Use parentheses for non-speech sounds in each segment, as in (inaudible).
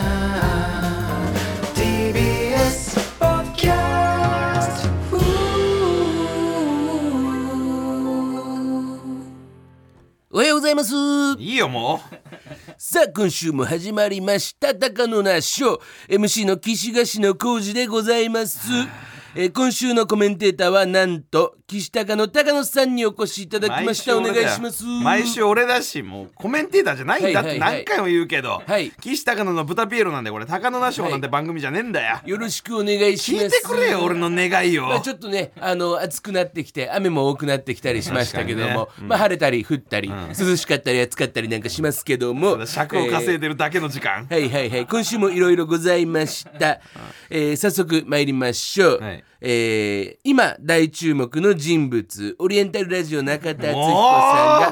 93 TBS Podcast. Ooh. おはようございますいいよもうさあ今週も始まりました高野那師匠 MC の岸菓子の浩二でございますえー今週のコメンテーターはなんと岸高野高野さんにお越しいただきましたお願毎い週俺だよします毎週俺だしもうコメンテーターじゃないんだっはていはいは何い回も言うけど、はい岸高野の豚ピエロなんでこれ高野那賞なんて番組じゃねえんだよ、よろしくお願いします聞いてくれよ俺の願いをまあ、ちょっとねあの暑くなってきて雨も多くなってきたりしましたけども、確かにねうんまあ、晴れたり降ったり、涼しかったり暑かったりなんかしますけども尺を稼いでるだけの時間、はいはいはい今週もいろいろございました、えー早速参りましょう、はいえー今大注目の人物オリエンタルラジオ中田敦彦さん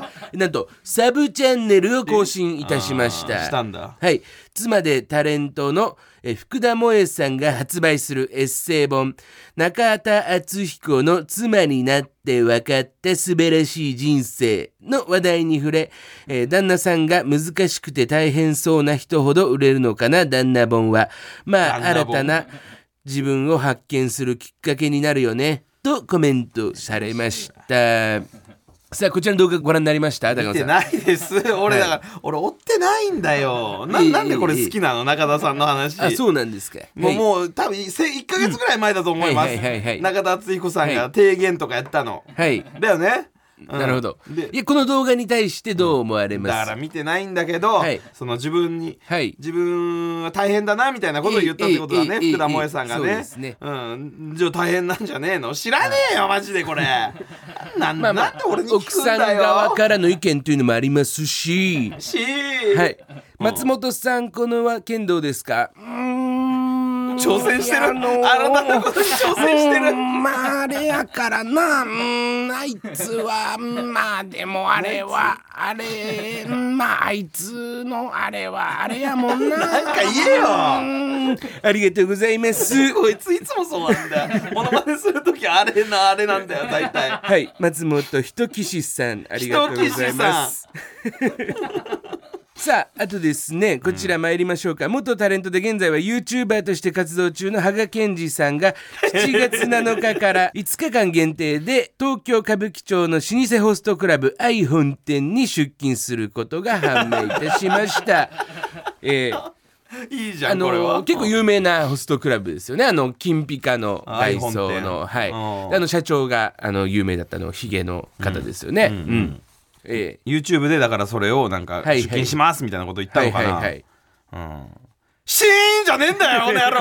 がなんとサブチャンネルを更新いたしましたあーしたんだはい妻でタレントのえー福田萌さんが発売するエッセイ本「中田敦彦の妻になって分かった素晴らしい人生」の話題に触れ、えー旦那さんが難しくて大変そうな人ほど売れるのかな旦那本はまあ旦那新本たな自分を発見するきっかけになるよねとコメントされ (laughs) ましたさあこちらの動画ご覧になりました高見野てさんないです俺だから、俺追ってないんだよないいいいなんでこれ好きなの中田さんの話あそうなんですかもう、うもう多分せ1か月ぐらい前だと思います、うんはいはいはいはい中田敦彦さんはがい提言とかやったの、はいだよね、うんなるほど。でいやこの動画に対してどう思われまだすから見てないんだけど、はいその自分に、はい自分は大変だなみたいなことを言ったってことだね、いいいい福田萌さんがいいいいそうねですねうん、じゃあ大変なんじゃねえの知らねえよマジでこれなん,、まなあまんあで俺に聞奥くんさんだよ側からの意見というのもありま (laughs) すし、し、はい、松本さんこのは剣道ですか。うーん挑戦してるあのーあなたのことに挑戦してうるんまああれやからなうーんあいつはまあでもあ (laughs) れはあれうんまああいつのあれはあれやもんななんか言えようんありがとうございま (laughs) すこいついつもそうなんだよモノマネする時あれなあれなんだよ大体はい松本人岸さんありがとうございます。さああとですねこちら参りましょうか、元タレントで現在は YouTuber として活動中の羽賀健二さんが7月7日から5日間限定で東京歌舞伎町の老舗ホストクラブ愛本店に出勤することが判明いたしました。えーいいじゃあんこれは、の結構有名なホストクラブですよねあの金ピカの外あ装日本の店はいうんであの社長があの有名だったのヒゲの方ですよねうん、ええ YouTube でだからそれをなんかいはい出勤しますみたいなこと言ったはのいかはいな、はいシーンじゃねえんだよ、この野郎。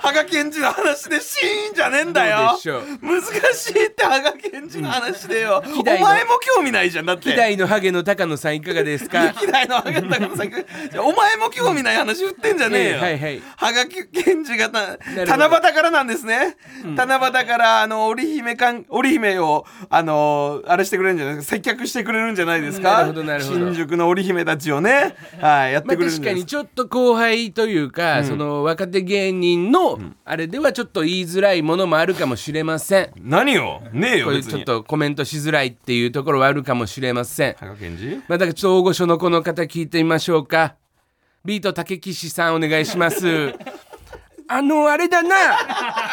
羽賀健二の話でシーンじゃねえんだどうよでしょう。難しいって羽賀健二の話でよ。お代前のも興味ないじゃん、だって。希代のハゲの高野さんいかがです (laughs) か歴代の羽賀高野さんがお前も興味ない話振ってんじゃねえよ。ええはいはい羽賀健二がなど七夕からなんですね。七夕からあの織姫かん織姫をあのあれしてくれるんじゃないですか。接客してくれるんじゃないですなか。るほどなるほど新宿の織姫たちをね、はいやってまあ、くれるんじゃない確かですかに。ちょっと後輩というか、その若手芸人のあれではちょっと言いづらいものもあるかもしれません何よねえよこういう別ちょっにとコメントしづらいっていうところはあるかもしれません羽賀健二まあ、だからちょっと大御所のこの方聞いてみましょうか。ビートたけきしさんお願いします。 (laughs) あのあれだな。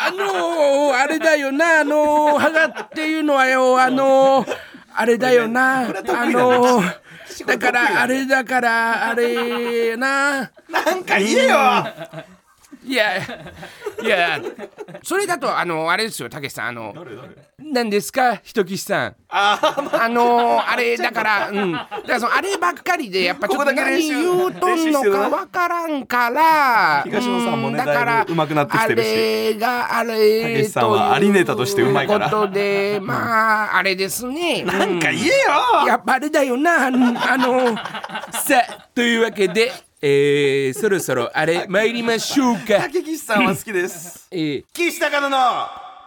あのあれだよな。あのハガっていうのはよ。あのあれだよな。あのだからあれだからあれな。なんか言えよいやいやそれだとあのあれですよたけしさんあの何ですか人吉さんあのあれ (laughs) だからうんだからそのあればっかりでやっぱちょここっとだけ練何習言うとんのかわからんから東野さんもねうからだいぶ上手くなってきてるしあれがあれたけしさんはありネタとして上手いからというこ (laughs) とでまああれですねななんか言えよやっぱあれだよな、あのあの。 (laughs) さあ、というわけで、えー、そ (laughs) ろそろあれ参りましょうか竹。岸さんは好きですえー岸高野の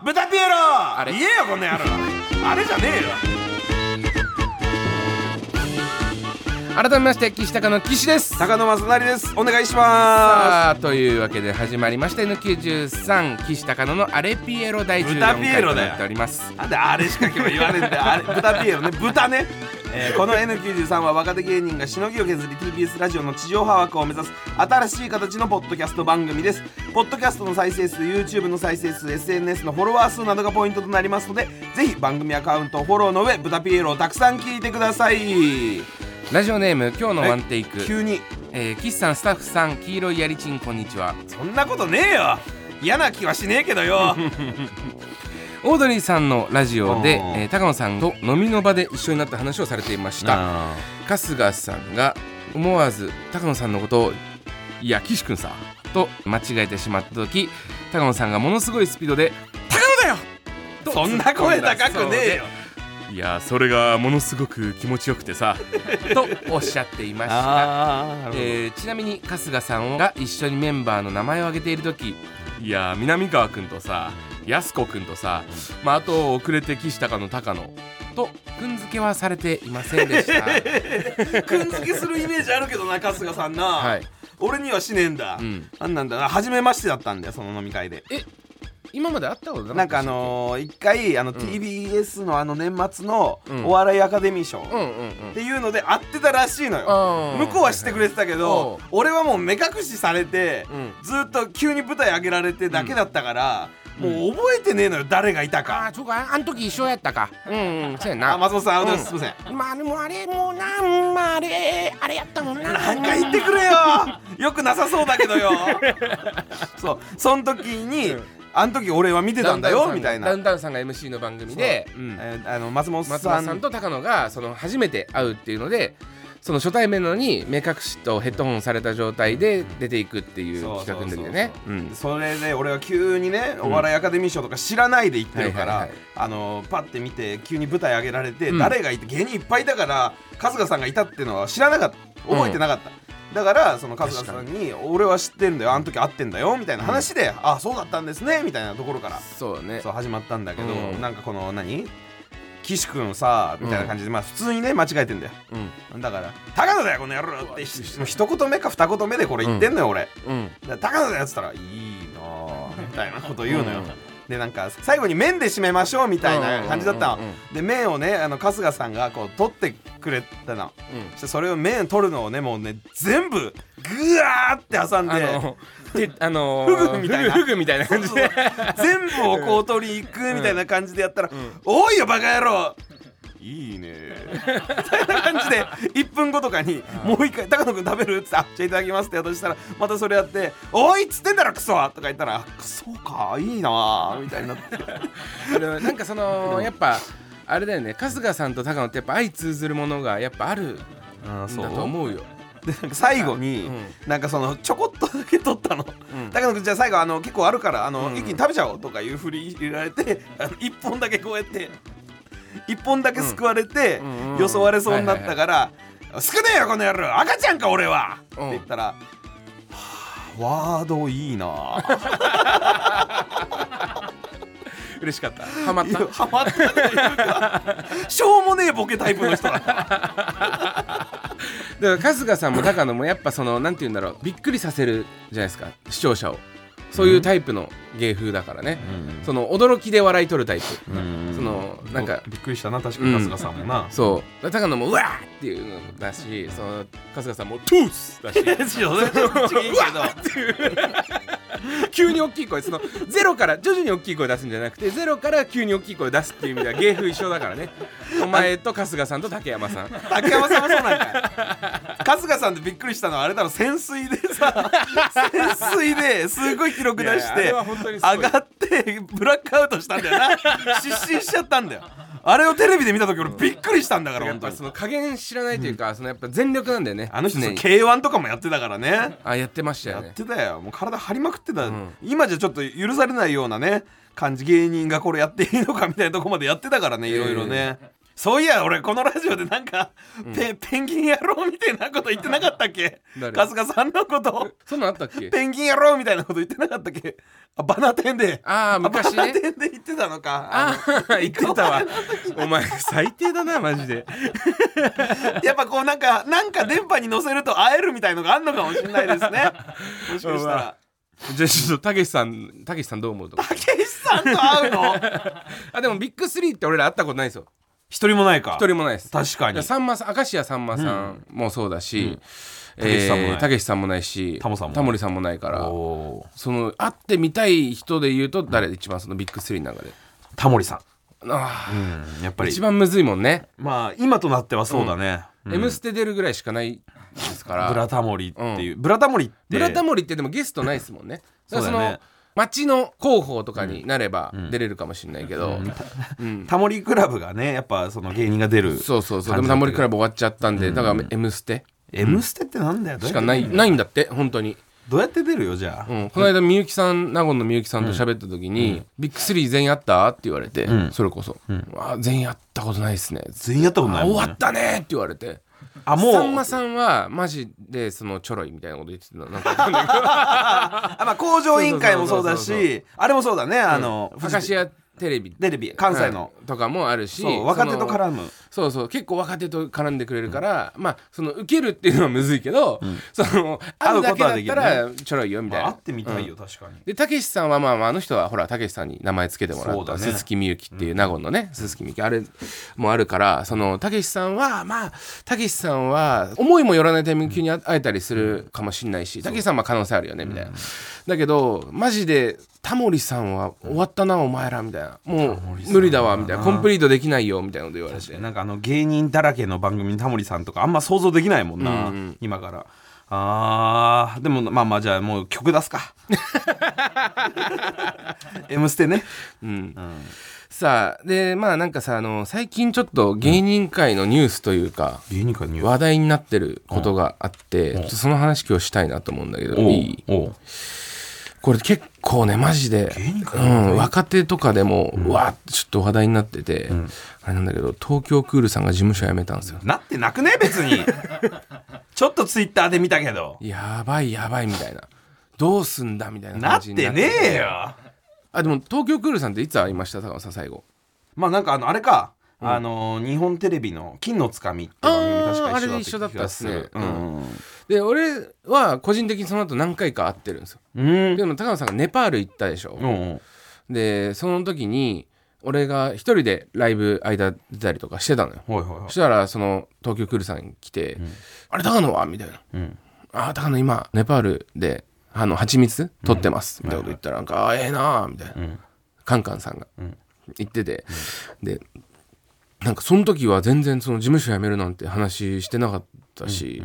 豚ピエロれ言えよこん (laughs) な野郎あれじゃねえよ改めまして岸高の岸です高野正成ですお願いしまさあというわけで始まりました N93 岸高野のアレピエロ第14豚ピエ回ロとだよなっておりますすなんであれしか今日言われて (laughs) あれ豚ピエロね豚ねえーこの N93 は若手芸人がしのぎを削り TBS ラジオの地上波枠を目指す新しい形のポッドキャスト番組ですポッドキャストの再生数 YouTube の再生数 SNS のフォロワー数などがポイントとなりますのでぜひ番組アカウントをフォローの上豚ピエロをたくさん聞いてくださいラジオネーム今日のワンテイク、急にえー、岸さんスタッフさん黄色いやりちんこんにちはそんなことねえよ嫌な気はしねえけど (laughs) よオードリーさんのラジオでお、ーえー、高野さんと飲みの場で一緒になった話をされていましたあ春日さんが思わず高野さんのことを「いや岸君さ」と間違えてしまった時高野さんがものすごいスピードで「高野だよ!」とそんな声高くねえよいやそれがものすごく気持ちよくてさ (laughs) とおっしゃっていました、あえーちなみに春日さんが一緒にメンバーの名前を挙げている時いや南川君とさ安子君とさ、まあ、あと遅れて岸高の高野と君付けはされていませんでした (laughs) くんづけするイメージあるけどな春日さんな、はい俺にはしねえんだ、うんなんなんだな初めましてだったんだよその飲み会で今まで会ったことななかったんかあのー一回あの TBS のあの年末のうんお笑いアカデミー賞、うんっうんうんていうので会ってたらしいのよ、あー向こうはしてくれてたけど、うん俺はもう目隠しされて、うんずっと急に舞台上げられてだけだったから、もう覚えてねえのよ誰がいたあか、あそうかあん時一緒やったかうんうんそうやなあ松本さん、うんすいませんまあでもあれもうなんまああれあれやったもんななんか言ってくれ (laughs) よよくなさそうだけどよそうその時に「あの時俺は見てたんだよ」みたいなダウンタウンさんが MC の番組で、そううんえーあの松本さん松田さんと高野がその初めて会うっていうのでその初対面なのに目隠しとヘッドホンされた状態で出ていくっていうそう企画の時でねそうそうそうそれで俺は急にねお笑いアカデミー賞とか知らないで行ってるかはいはらいはいあのパッて見て急に舞台上げられてうん誰がいて芸人いっぱいいたから春日さんがいたってのは知らなかった覚えてなかっただからその春日さんに「俺は知ってるんだよあの時会ってんだよ」みたいな話で「あそうだったんですね」みたいなところからそうだねそう始まったんだけどうんなんかこの何岸君さみたいな感じでまあ普通にね間違えてんだようんだから「高野だよこの野郎」ってひもう一言目か二言目でこれ言ってんのよ俺。うんだから高野のやつったら「いいなあ」みたいな (laughs) こと言うのよ。うんでなんか最後に麺で締めましょうみたいな感じだったのうんうんうんで麺をねあの春日さんがこう取ってくれたのそしてそれを麺取るのをねもうね全部ぐわーって挟んあでのてあのフグみたいなフグみたいな感じで全部をこう取りいくみたいな感じでやったら「おいよバカ野郎!」いいねみたいな感じで1分後とかに「もう一回高野君食べる?」っつって「あじゃあいただきます」って私したらまたそれやって「おい!」っつってんだろクソとか言ったらあ「クソかいいな」みたいにな (laughs) ってあ (laughs) のなんかそのやっぱあれだよね春日さんと高野ってやっぱ相通ずるものがやっぱあるんあだと思うよでなんか最後に、うなんかそのちょこっとだけ取ったの、高野君じゃあ最後あの結構あるからあの、うん一気に食べちゃおうとかいうふり入れられてあの1本だけこうやって1本だけ救われて、うんうんうんよそわれそうになったから「少ねえよこの野郎赤ちゃんか俺は!」ってうん言ったら「はあワードいいなぁ」嬉しかったハマっいやたハマったというかしょうもねえボケタイプの人だっただから春日さんも高野もやっぱそのなんて言うんだろうびっくりさせるじゃないですか視聴者をそういうタイプの芸風だからね、その驚きで笑い取るタイプ、そのなんかびっくりしたな確かに春日さんもな、そうだから高野もうわーっていうのだしその春日さんもトゥースだしですよね。ちょっと違うけど急に大きい声そのゼロから徐々に大きい声出すんじゃなくてゼロから急に大きい声出すっていう意味では芸風一緒だからねお前と春日さんと竹山さん竹山さんもそうな (laughs) んかい春日さんってびっくりしたのはあれだろ潜水でさ潜水ですごい記録出しいやいやあれては本当に上すごいがってブラックアウトしたんだよな失神しちゃったんだよあれをテレビで見た時俺びっくりしたんだからやっ本当ぱにその加減知らないというか、そのやっぱ全力なんだよねあの人常に k 1とかもやってたからねあやってましたやよっねてたよもう体張りまくってた、ん今じゃちょっと許されないようなね感じ芸人がこれやっていいのかみたいなとこまでやってたからねいろいろね、そういや俺このラジオでなんか、ペペンギン野郎みたいなこと言ってなかったっけ誰春日さんのことそんなんあったっけペンギン野郎みたいなこと言ってなかったっけあバナテンであああバ昔ナねテンで言ってたのかああ (laughs) 言ってたわお前最低だなマジでやっぱこうなんかなんか電波に乗せると会えるみたいのがあんのかもしれないですね。もしかした (laughs) ら。じゃあちょっとたけしさんたけしさんどう思うとかたけしさんと会うの (laughs) あでもビッグスリーって俺ら会ったことないですよ一人もないか。一人もないです確かに。さんまさん明石家さんまさんもそうだし、たけしさんもないえーたけしさんもないしタモさんもないタモリさんもないからおーその会ってみたい人で言うと誰一番そのビッグスリーの中でタモリさん。あうん、やっぱあり一。番むずいもんねまあ今となってはそうだね。 「M ステ」出るぐらいしかないですからブラタモリっていう。ブラタモリって。ブラタモリってでもゲストないですもんねだ (laughs) そからそうだのね町の広報とかになれば出れるかもしれないけど、うんタモリクラブがね、やっぱその芸人が出る。そうそうそうでもタモリクラブ終わっちゃったんで、だから「M ステ M ステってなんだよ。」どうしやかってないないんだって本当に。どうやって出るよじゃあ。うん、この間みゆきさん納言のみゆきさんと喋った時に「ビッグスリー全員あった?」って言われて、んそれこそ「あ全員あったことないですね」全員やったことないあもん終ね。わったね」って言われて。あもう。さんまさんはマジでそのちょろいみたいなこと言ってたなんかあまあ工場委員会もそうだそうそうそうし、あれもそうだね。あのフジ明石家テレビテレビ関西の。はいとかもあるしそう若手とその絡むそうそう結構若手と絡んでくれるから、まあその受けるっていうのはむずいけど、その会うだけだったらちょろいよみたいな、会ってみたいよ、確かにでたけしさんはまあまああの人はほらたけしさんに名前つけてもらそっうだたね鈴木みゆきっていう納言のね鈴木みゆきあれもあるからそのたけしさんはまあたけしさんは思いもよらないタイミング急に会えたりするかもしれないしたけしさんは可能性あるよねみたいなだけどマジでタモリさんは終わったなお前らみたいなもう無理だわみたいなコンプリートできないよみたいなこと言われてなんかあの芸人だらけの番組にタモリさんとかあんま想像できないもんな、今からあーでもまあまあじゃあもう曲出す (laughs) か「M ステね」さあでまあなんかさあの最近ちょっと芸人界のニュースというか、芸人かに話題になってることがあって、ちょっとその話今日したいなと思うんだけど、おういいおうこれ結構ねマジで、うん、若手とかでも、うわーってちょっと話題になってて、あれなんだけど東京クールさんが事務所辞めたんですよ。なってなくね別にちょっとツイッターで見たけどやばいやばいみたいなどうすんだみたいなな感っじにてなねえよあでも東京クールさんっていつ会いました高野さん最後まあなんかあのあれか、あの日本テレビの「金のつかみ」って番組確かあーあれで一緒だった気がっすねるうんうんで俺は個人的にその後何回か会ってるんですようんでも高野さんがネパール行ったでしょ、うんでその時に俺が一人でライブ間出たりとかしてたのよはいはいはそいしたらその東京クールさん来て「あれ高野は?」みたいな「んああ高野今ネパールであの蜂蜜取ってます」みたいなこと言ったらなんか「あーええな」みたいな、カンカンさんが言ってて、でなんかその時は全然その事務所辞めるなんて話してなかったし、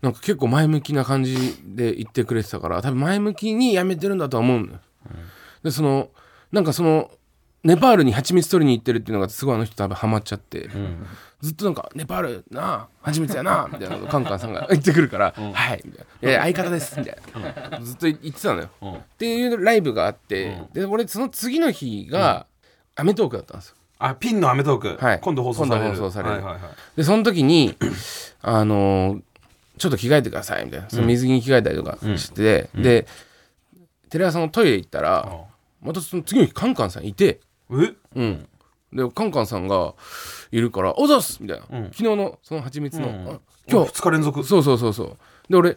なんか結構前向きな感じで言ってくれてたから多分前向きに辞めてるんだとは思うのよ。でそのなんかそのネパールに蜂蜜取りに行ってるっていうのがすごいあの人多分ハマっちゃって、ずっとなんか「ネパールなあ蜂蜜やな」みたいなことカンカンさんが言ってくるから「はい」みたいな「いや相方です」みたいな、ずっと言ってたのよ、っていうライブがあって、で俺その次の日が『アメトーク』だったんですよあピンの『アメトーク』はい今度放送される今度放送されるはいはいはいでその時にあのちょっと着替えてくださいみたいなその水着に着替えたりとかしてて、でテレ朝のトイレ行ったら、またその次の日カンカンさんいてえうんでカンカンさんがいるから「おざっす!」みたいな、昨日のその蜂蜜の、あ今日2日連続そうそうそうそうで俺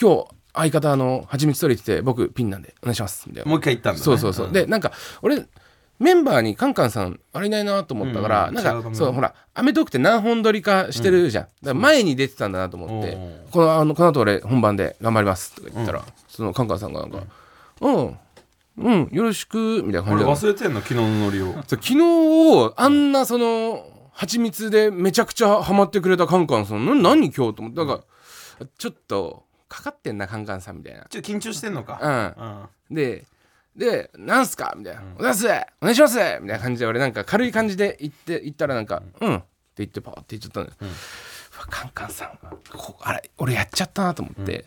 今日相方あの蜂蜜取り行ってて僕ピンなんでお願いしますみたいなもう一回行ったんだねそうそうそう、でなんか俺メンバーにカンカンさんあれいないなと思ったから、うんな違うんかかもそうほら『アメトーク』って何本撮りかしてるじゃん、だから前に出てたんだなと思っておうおう「このあのこの後俺本番で頑張ります」とか言ったら、そのカンカンさんがなんか「うんうんよろしく」みたいな感じ俺で忘れてんの昨日のノリをそう昨日あんなその蜂蜜でめちゃくちゃハマってくれたカンカンさんな何今日と思ってだからちょっとかかってんなカンカンさんみたいちょ緊張してんのかなううんんでで「なんすか?」みたいな「お出すお願いします!」みたいな感じで俺なんか軽い感じで言って言ったらなんか「うん」って言ってパーって言っちゃったのよ、うわカンカンさんこあれ俺やっちゃったなと思って、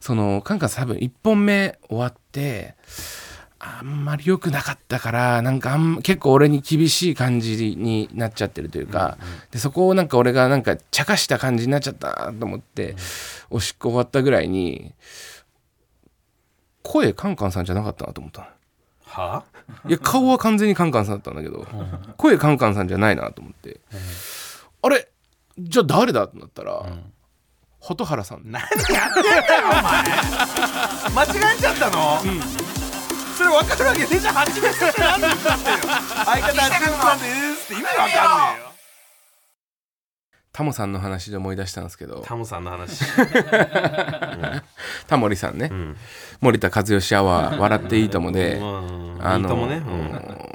そのカンカンさん多分1本目終わってあんまり良くなかったからなんかあん結構俺に厳しい感じになっちゃってるというか、でそこをなんか俺がなんか茶化した感じになっちゃったと思って、おしっこ終わったぐらいに声カンカンさんじゃなかったなと思ったのはいや顔は完全にカンカンさんだったんだけど、声カンカンさんじゃないなと思って、あれじゃあ誰だってなったら、蛍原さん何やってんだよお前間違えちゃったの、それ分かるわけねえじゃん初めてって何で言ったって (laughs) よ相方初めてなんですって意味わかんねえよタモさんの話で思い出したんですけどタモさんの (laughs) 話タモリさんね、ん森田和義アワー「笑っていいともで」ああののともね、うん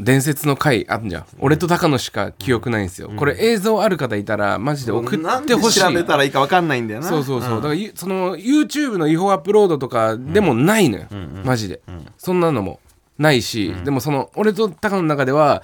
伝説の回あんじゃん俺と高野しか記憶ないんですよ、これ映像ある方いたらマジでうん、送ってほしいなんで調べたらいいかわかんないんだよなそうそうそう、んだからゆその YouTube の違法アップロードとかでもないのよ、マジで、そんなのもないし、でもその俺と高野の中では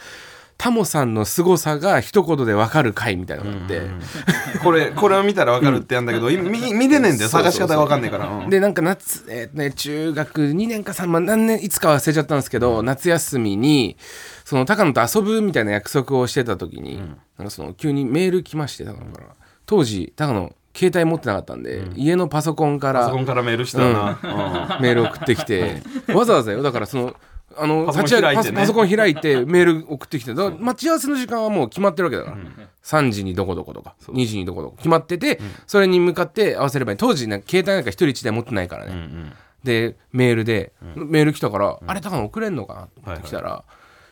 タモさんの凄さが一言で分かる回みたいなのがあって、 (laughs) これこれを見たらわかるってやんだけど、今見見れねえんだよそうそ探うしそう方がわかんねえから、うんでなんか夏、えーね、中学2年か3まあ何年いつか忘れちゃったんですけど、夏休みにその高野と遊ぶみたいな約束をしてた時に、なんかその急にメール来まして高野から、当時高野携帯持ってなかったんで、家のパソコンかパらソコンからメールしたよな、うん (laughs) メール送ってきてわざわざよだからそのあのパソコン立ち上げ開いパてソねパソコン開いてメール送ってきてだから待ち合わせの時間はもう決まってるわけだから、3時にどこどことか2時にどこどこ決まってて、それに向かって合わせればいい当時なんか携帯なんか一人一台持ってないからね、でメールで、メール来たから、あれだから送れんのかなって来たら、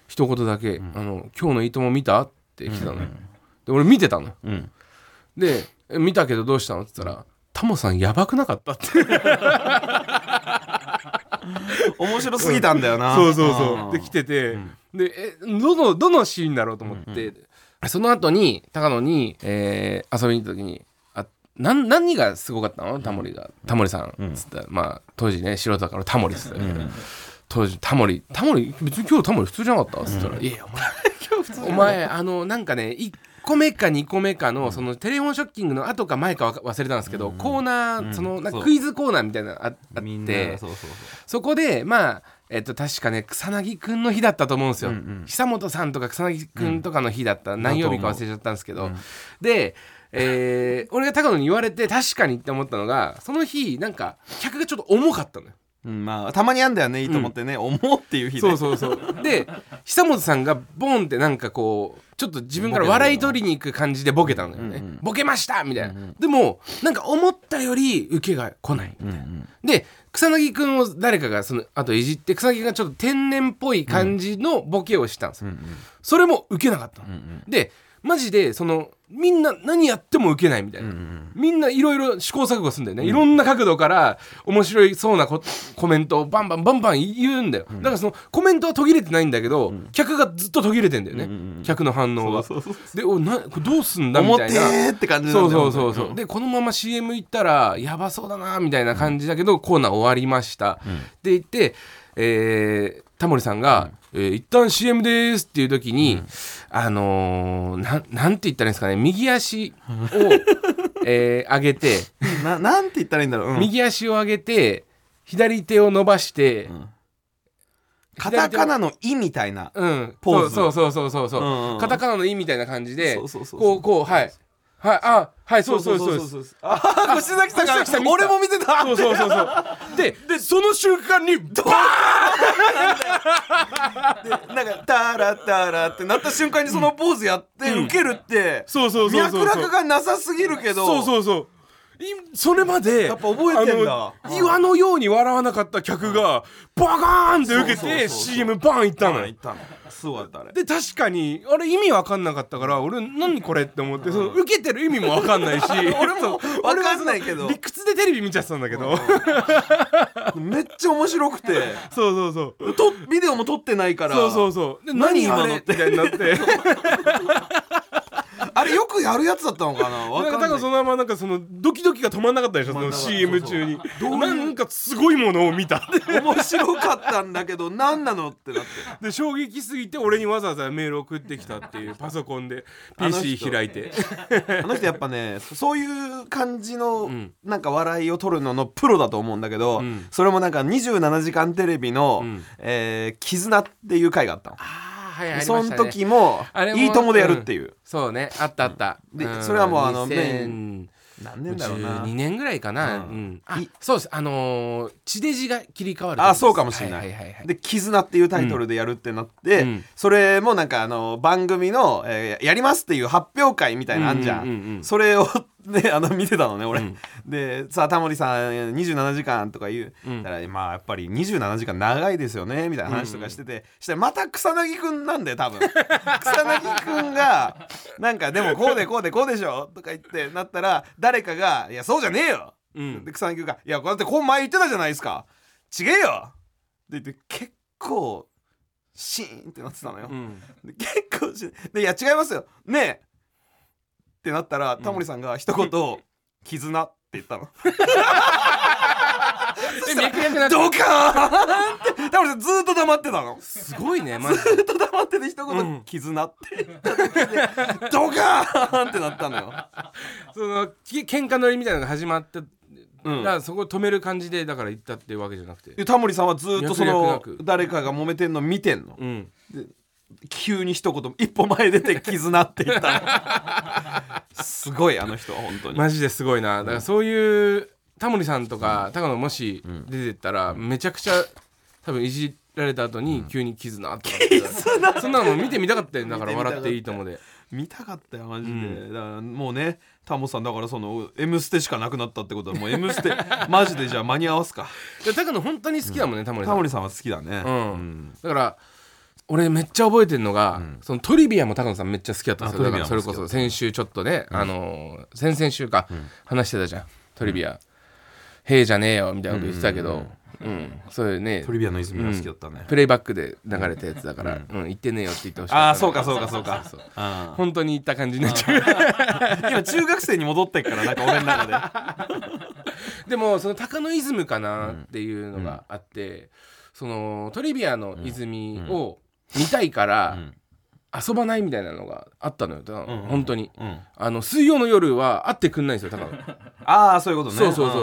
一言だけ、あの「今日のいいとも見た?」って来たのよ、で俺見てたのよ、んでえ見たけどどうしたのって言ったら「タモさんやばくなかった?」って面白すぎたんだよな、そうそうそう。で来てて、でえどのどのシーンだろうと思って、その後に高野に、えー遊びに行った時に「あなん何がすごかったのタモリがタモリさん」っつったら、まあ当時ね素人だからタモリっつったけど当時タモリタモリ別に今日タモリ普通じゃなかったっつったら「いやいや (laughs) お前お前あのなんかね1個目か2個目かのそのテレフォンショッキングの後か前かわか忘れたんですけど、コーナー、そのなんかそうクイズコーナーみたいなのああってみんなそうそうそうそこでまあえっと確かね草薙くんの日だったと思うんですよ、久本さんとか草薙くんとかの日だった、何曜日か忘れちゃったんですけど、で、えー俺が高野に言われて確かにって思ったのがその日なんか客がちょっと重かったのようん、まあたまにあんだよねいいと思ってね、思うっていう日ねそうそうそうで久本さんがボンってなんかこうちょっと自分から笑い取りに行く感じでボケたのよね、ボケましたみたいな、でもなんか思ったより受けが来ないみたいな、で草薙くんを誰かがそのあといじって草薙くんがちょっと天然っぽい感じのボケをしたんですよ、それも受けなかったの、でマジでそのみんな何やっても受けないみたいな、みんないろいろ試行錯誤するんだよね、いろんな角度から面白いそうなこコメントをバンバンバンバン言うんだよ、だからそのコメントは途切れてないんだけど、客がずっと途切れてんだよね、客の反応がそうそうそでおなこれどうすんだみ思たっいてなーって感じなんだそようそうそうそう、でこのまま CM 行ったらやばそうだなみたいな感じだけど、コーナー終わりました、って言って、えータモリさんが「えー一旦 CM です」っていう時に、あのーなんなんて言ったらいいんですかね右足を、 (laughs) えー上げてななんて言ったらいいんだろう、うん右足を上げて左手を伸ばして、カタカナの「い」みたいな、うん、ポーズそうそうそうそうそう、うんうんカタカナの「イ」みたいな感じでそうそうそうそうこうこうはいはいあはいそうそうそうそうそうそうああ越崎さん越崎さん見が俺たも見てたそうそうそうそう。で、で、その瞬間に、バなんか「タラタラ」ってなった瞬間にそのポーズやって、ウケるってそうそうそうそうそう脈絡がなさすぎるけどそうそうそう。いそれまでやっぱ覚えてんだあの岩のように笑わなかった客がバカーンってそ受けうそうそてうそう CM バンいったの言よったのすごかったあれで確かにあれ意味わかんなかったから俺何これって思ってその受けてる意味もわかんないし (laughs) 俺もわかんないけど理屈でテレビ見ちゃってたんだけどめっちゃ面白くてそうそうそうとビデオも撮ってないからそうそうそうで何 (laughs) 何あ今のっれてみたいになってあれよくくやるやつだったのかなわなんかか多んな分いそのままなんかそのドキドキが止まんなかったでしょそ止まのんなかった CM そうそう中になんかすごいものを見たって面白かったんだけど何なのってなってで衝撃すぎて俺にわざわざメール送ってきたっていうパソコン (laughs) であの人 PC 開いてあの人やっぱねそそういう感じのなんか笑いを取るののプロだと思うんだけど、んそれもなんか『27時間テレビの』んえー絆」っていう回があったの。あーはいありましたそねの時もあ「れもいいとも」でやるっていう、そうねあったあった、でんそれはもうあのメイ2000何年だろうな12年ぐらいかな、うんうんあいそうですあのー、地デジが切り替わるあそうかもしれない,、はいはいはいはいで「絆」っていうタイトルでやるってなって、うんそれもなんかあの番組の、えーやります」っていう発表会みたいなのあんじゃん,、うんうんうんうんそれをねあの見てたのね俺、でさあタモリさん27時間とか言う、だからまあやっぱり27時間長いですよねみたいな話とかしてて、したらまた草薙くんなんだよ (laughs) 多分草薙くんがなんかでもこうでこうでこうでしょとか言ってなったら誰かが「いやそうじゃねえよ!」で草薙くんが「いやこうやってこう前言ってたじゃないですか違えよ!」って言って結構シーンってなってたのよ、で結構しでいや違いますよねえってなったらタモリさんが一言「絆」って言ったので脈々なドカーンってタモリさんずーっと黙ってたのずすごいねマジで (laughs) ーっと黙ってて一言「絆」って言った時でドカーンってなったのよそのき喧嘩乗りみたいなのが始まった、だからそこを止める感じでだから行ったってわけじゃなくてでタモリさんはずーっとその脈々なく誰かが揉めてんの見てんのうん急に一言一歩前出て「絆」って言ったのすごいあの人は本当にマジですごいなだからそういうタモリさんとか高野もし出てったらめちゃくちゃ多分いじられた後に急に「絆」って (laughs) そんなの見てみたかったよだから見てみた「かった笑っていいとも」で見たかったよマジで、だからもうねタモさんだからその「M ステ」しかなくなったってことはもう「M ステ」マジでじゃあ間に合わすかで高野本当に好きだもんねタモリさタんモリさんは好きだね、うんだから俺めっちゃ覚えてるのが、そのトリビアも高野さんめっちゃ好きだったんですよあだトリかビアらもそ好れきだったこそ先週ちょっとね、あのー先々週か、話してたじゃんトリビア「へえじゃねえよ」みたいなこと言ってたけど、うんそれねトリビアの泉が好きだったね、プレイバックで流れたやつだから「うん、言ってねえよ」って言ってほしいああそうかそうかそうかそうあ本当に言った感じになっちゃうー今中学生に戻ってっからなんか俺の中ででもその高野イズムかなっていうのがあって、そのトリビアの泉を見たいからん遊ばないみたいなのがあったのよ、ん本当に、うんあの水曜の夜は会ってくんないんですよ高野ああそういうことねそうそうそ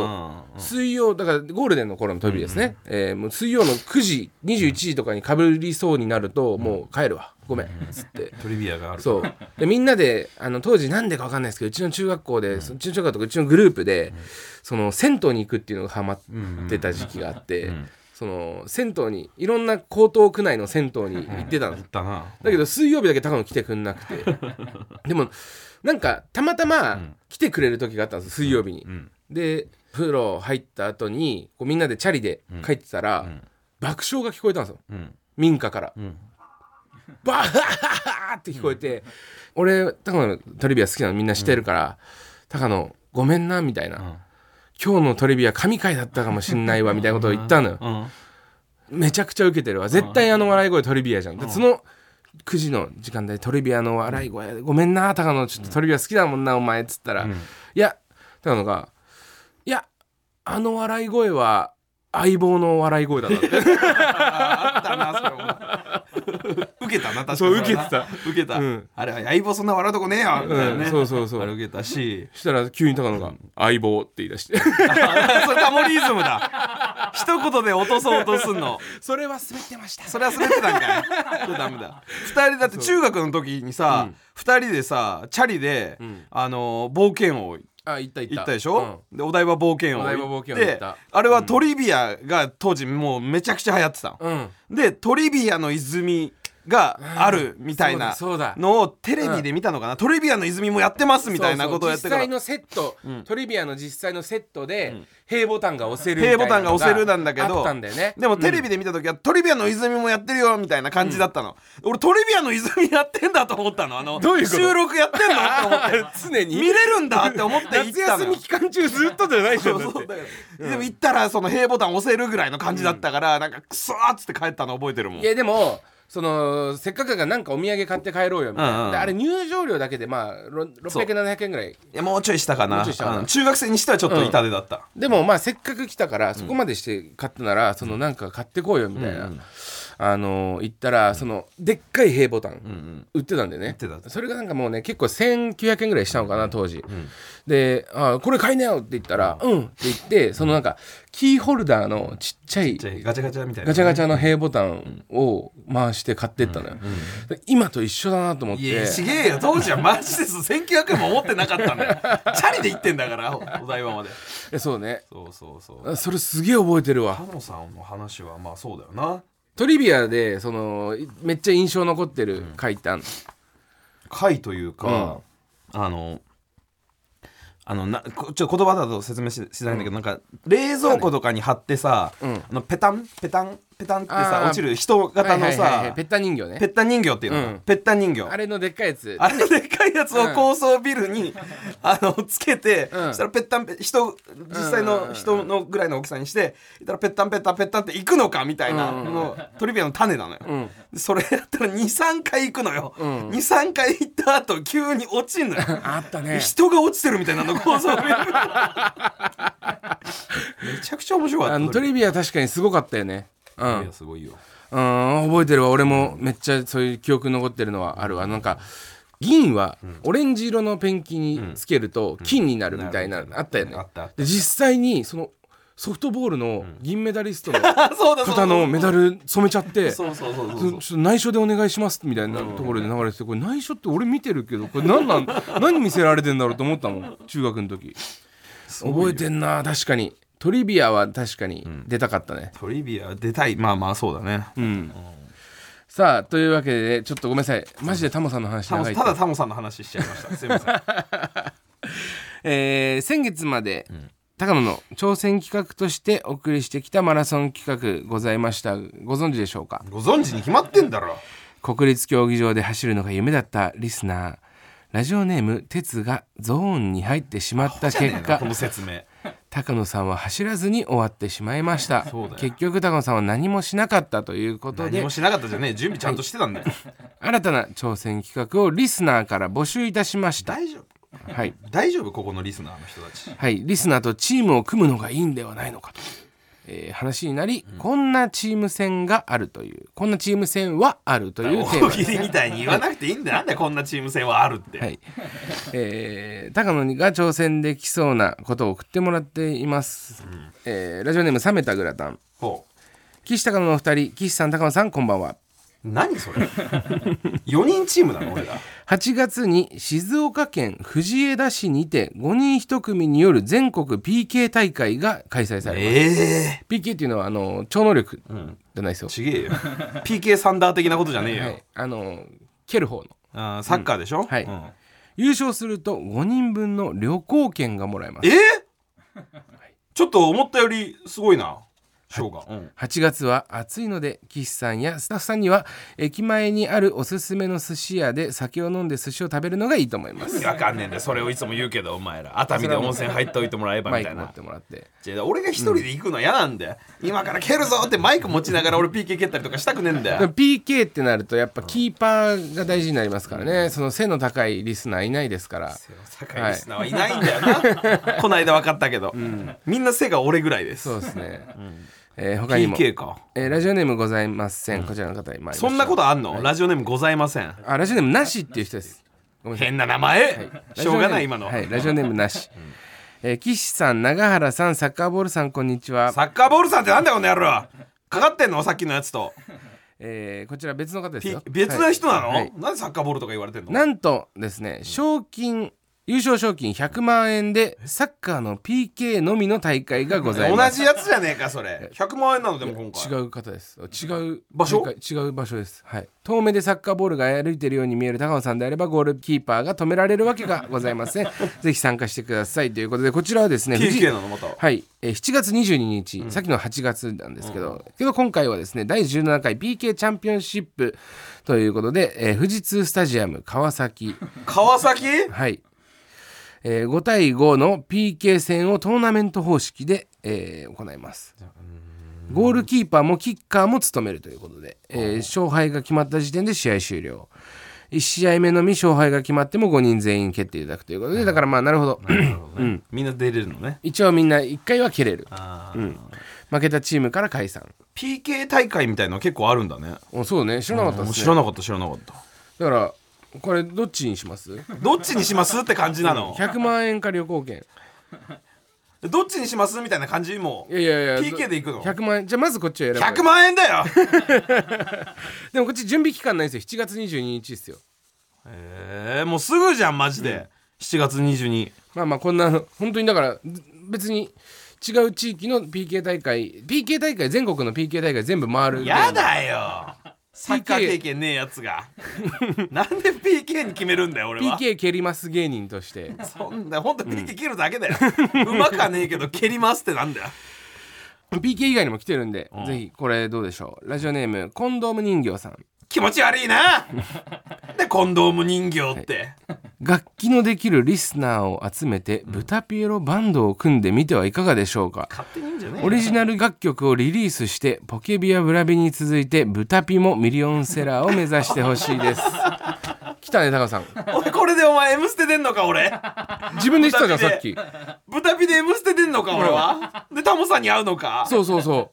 う、ん水曜だからゴールデンの頃のトリビアですね、えーもう水曜の9時21時とかにかぶりそうになると、もう帰るわごめんっつってトリビアがあるそうでみんなであの当時なんでか分かんないですけどうちの中学校で、そのうちの中学校とかうちのグループで、その銭湯に行くっていうのがハマってた時期があって、その銭湯にいろんな江東区内の銭湯に行ってたんです、だなだけど水曜日だけ高野来てくんなく (laughs) てでもなんかたまたま来てくれる時があったんです水曜日に、で風呂入った後にこうみんなでチャリで帰ってたら、爆笑が聞こえたんですよ、ん民家から、バーッって聞こえて、俺高野のトリビア好きなのみんな知ってるから、高野ごめんなみたいな、今日のトリビア神回だったかもしんないわみたいなことを言ったのよ、めちゃくちゃ受けてるわ絶対あの笑い声トリビアじゃん、でその9時の時間でトリビアの笑い声、ごめんな高野ちょっとトリビア好きだもんなお前っつったら、いや高野が「いやあの笑い声は相棒の笑い声だな」って (laughs) ああったなそれも受けたな確かにそう受けてた受けた、うんあれ相棒そんな笑うとこねえよみたいなね、うんそうそうそうあれ受けたしそしたら急に高野が「相棒」って言い出してあそれタモリズムだ一言で落とそうとすんのそれは滑ってましたそれは滑ってたん (laughs) かいそれダメだ二人だって中学の時にさ二、人でさチャリで、あのー冒険王あ行った行った行ったでしょ、でお台場冒険王お台場行っ冒険王行てったあれはトリビアが当時もうめちゃくちゃ流行ってたの、うん、うんでトリビアの泉があるみたいなそうだそうだのをテレビで見たのかな、トリビアの泉もやってますみたいなことをやってそうかそうら実際のセット、トリビアの実際のセットで、平ボタンが押せるみたい平なボタのがンが押せるなんだけどあったんだよねでもテレビで見た時は、トリビアの泉もやってるよみたいな感じだったの、俺トリビアの泉やってんだと思ったのあの (laughs) どういうこと収録やってんのと思って (laughs) 常に見れるんだって思って行っ夏たの休 (laughs) よみ期間中ずっとじゃないじゃんだっそうてだよでも行ったらその「平ボタン押せる」ぐらいの感じだったから、なんかクソーっつって帰ったの覚えてるもんいやでもそのせっかくだからなんかお土産買って帰ろうよみたいな、うんうんであれ入場料だけでまあろ600そう円700円ぐらいいやもうちょいしたかもなうちょいしたかなうん中学生にしてはちょっと痛手だった、でもまあせっかく来たからそこまでして買ったなら、そのなんか買ってこうよみたいな、あのー行ったらそのでっかい平ボタン、売ってたんでね売ってたそれがなんかもうね結構1900円ぐらいしたのかな当時、であー「これ買いなよ」って言ったら「うん」って言ってそのなんかキーホルダーのちっちゃいじゃあガチャガチャみたいなガチャガチャの平ボタンを回して買ってったのよ、で今と一緒だなと思っていやちげえよ当時はマジです1900円も持ってなかったんだよチャリで行ってんだからおお台場までえそうねそうそうそうあそれすげえ覚えてるわ加野さんの話はまあそうだよなトリビアでそのいめっちゃ印象残ってる書いたん回というか、あのあのなこちょっと言葉だと説明ししづらいんだけど、なんか冷蔵庫とかに貼ってさ、んあのペタンペタンペタンってあさー落ちる人型のさ、はいはいはいはいペッタ人形ペねッタン人形っていうの、うんペッタン人形あれのでっかいやつあれでっかいやつを高層ビルに、 (laughs) あのつけて、うんしたらペッタンペ人実際の人のぐらいの大きさにしていたらペッタンペッタンペッタンって行くのかみたいな、うんのトリビアの種なのよ、んでそれやったら23回行くのよ、ん23回行った後急に落ちんのよあった (laughs) ね人が落ちてるみたいなの高層ビル (laughs) めちゃくちゃ面白かったあのトリビア確かにすごかったよねうん、トリうんビア、すごいよ覚えてるわ俺もめっちゃそういう記憶残ってるのはあるわなんか銀はオレンジ色のペンキにつけると金になるみたいなあったよねあったあったで実際にそのソフトボールの銀メダリストのあ (laughs) そうだそうだ方のメダル染めちゃってそうそうそうそうちょっと内緒でお願いしますみたいなところで流れててこれ内緒って俺見てるけどこれ何なん (laughs) 何見せられてんだろうと思ったもん中学の時覚えてんな確かにトリビアは確かに出たかったね、トリビア出たいまあまあそうだねさあというわけでちょっとごめんなさいマジでタモさんの話タモ長さいんっただタモさんの話しちゃいましたすいませんえー先月まで、高野の挑戦企画としてお送りしてきたマラソン企画ございましたご存知でしょうかご存知に決まってんだろ国立競技場で走るのが夢だったリスナーラジオネーム鉄がゾーンに入ってしまったじゃね結えな果この説明高野さんは走らずに終わってしまいましたそうだよ結局高野さんは何もしなかったということ何でもしなかったじゃねえ準備ちゃんとしてたんだよ新たな挑戦企画をリスナーから募集いたしました大丈夫はい、大丈夫ここのリスナーの人たちはい、リスナーとチームを組むのがいいんではないのかと、えー話になり、こんなチーム戦があるというこんなチーム戦はあるというテーマ大喜利みたいに言わなくていいんだよなんでこんなチーム戦はあるって、はい、えー、高野が挑戦できそうなことを送ってもらっています、えーラジオネーム冷めたグラタンほう岸高野のお二人岸さん高野さんこんばんは何それ四人チームなの俺ら8月に静岡県藤枝市にて5人1組による全国 PK 大会が開催されます、ええ PK っていうのはあの超能力じゃないですよ、ちげえよ PK サンダー的なことじゃねえよ、はい、あの蹴る方のあーサッカーでしょ、はいうん優勝すると5人分の旅行券がもらえますえーちょっと思ったよりすごいな賞が、うん8月は暑いので岸さんやスタッフさんには駅前にあるおすすめの寿司屋で酒を飲んで寿司を食べるのがいいと思いますわかんねえんだよそれをいつも言うけどお前ら熱海で温泉入っておいてもらえばマみイたクい持なってもらって違う俺が一人で行くの嫌なんだよ、今から蹴るぞってマイク持ちながら俺 PK 蹴ったりとかしたくねえんだでよも PK ってなるとやっぱキーパーが大事になりますからねその背の高いリスナーいないですから酒井リスナーはいないんだよな、 (laughs) こないだ分かったけど、みんな背が俺ぐらいですそうですね、えー他にも、 PK かえーラジオネームございません、こちらの方今そんなことあんの、ラジオネームございませんあラジオネームなしっていう人ですごめんなさい変な名前、しょうがない今ラジオネームの、はいラジオネーム (laughs) なし、えー岸さん永原さんサッカーボールさんこんにちはサッカーボールさんってなんだよこの野郎かかってんのさっきのやつと、えーこちら別の方です P よ。別の人なの、はいはいなんでサッカーボールとか言われてんのなんとですね、賞金、優勝賞金100万円で、サッカーの PK のみの大会がござい同ます。じやつじゃねえかそれ100万円なのでも今回違う方です。違う場所大会違う場所です。はい。遠目でサッカーボールが歩いてるように見える高野さんであれば、ゴールキーパーが止められるわけ (laughs) がございません。ぜひ参加してくださいということで、こちらはですね、藤井 PK なのまたはい、えー7月22日、さっきの8月なんですけど、けど今回はですね第17回 PK チャンピオンシップということで、えー富士通スタジアム川崎川崎はい、え5対5の PK 戦をトーナメント方式で、えー行いますゴールキーパーもキッカーも務めるということで、えー勝敗が決まった時点で試合終了1試合目のみ勝敗が決まっても5人全員蹴っていただくということでだからまあなるほどうんみんな出れるのね (clears throat) 一応みんな1回は蹴れるあ負けたチームから解散 PK 大会みたいの結構あるんだねおそうね知らなかったもでう知すらねなかった知らなかっただからこれどっちにしますどっちにしますって感じなの100万円か旅行券どっちにしますみたいな感じもいやいやいや PK で行くの100万円じゃあまずこっちを選ぶ100万円だ (laughs) よでもこっち準備期間ないんですよ7月22日ですよえー、もうすぐじゃんマジで、7月22まあまあこんな本当にだからず別に違う地域の PK 大会 PK 大会全国の PK 大会全部回るやだよサッカー経験ねえやつ (laughs) がなんで PK に決めるんだよ俺は PK 蹴ります芸人としてそんなほんと PK 蹴るだけだよ、うまくはねえけど蹴りますってなんだよ PK 以外にも来てるんでぜひこれどうでしょうラジオネームコンドーム人形さん気持ち悪いなでコンドーム人形って、楽器のできるリスナーを集めて豚ピエロバンドを組んでみてはいかがでしょうか勝手にいいんじゃねえオリジナル楽曲をリリースしてポケビやブラビに続いてブタピもミリオンセラーを目指してほしいです (laughs) 来たね高さん俺これでお前 M ステ出んのか俺自分で来たじゃんさっき豚ピで M ステ出んのか俺はでタモさんに会うのかそうそうそう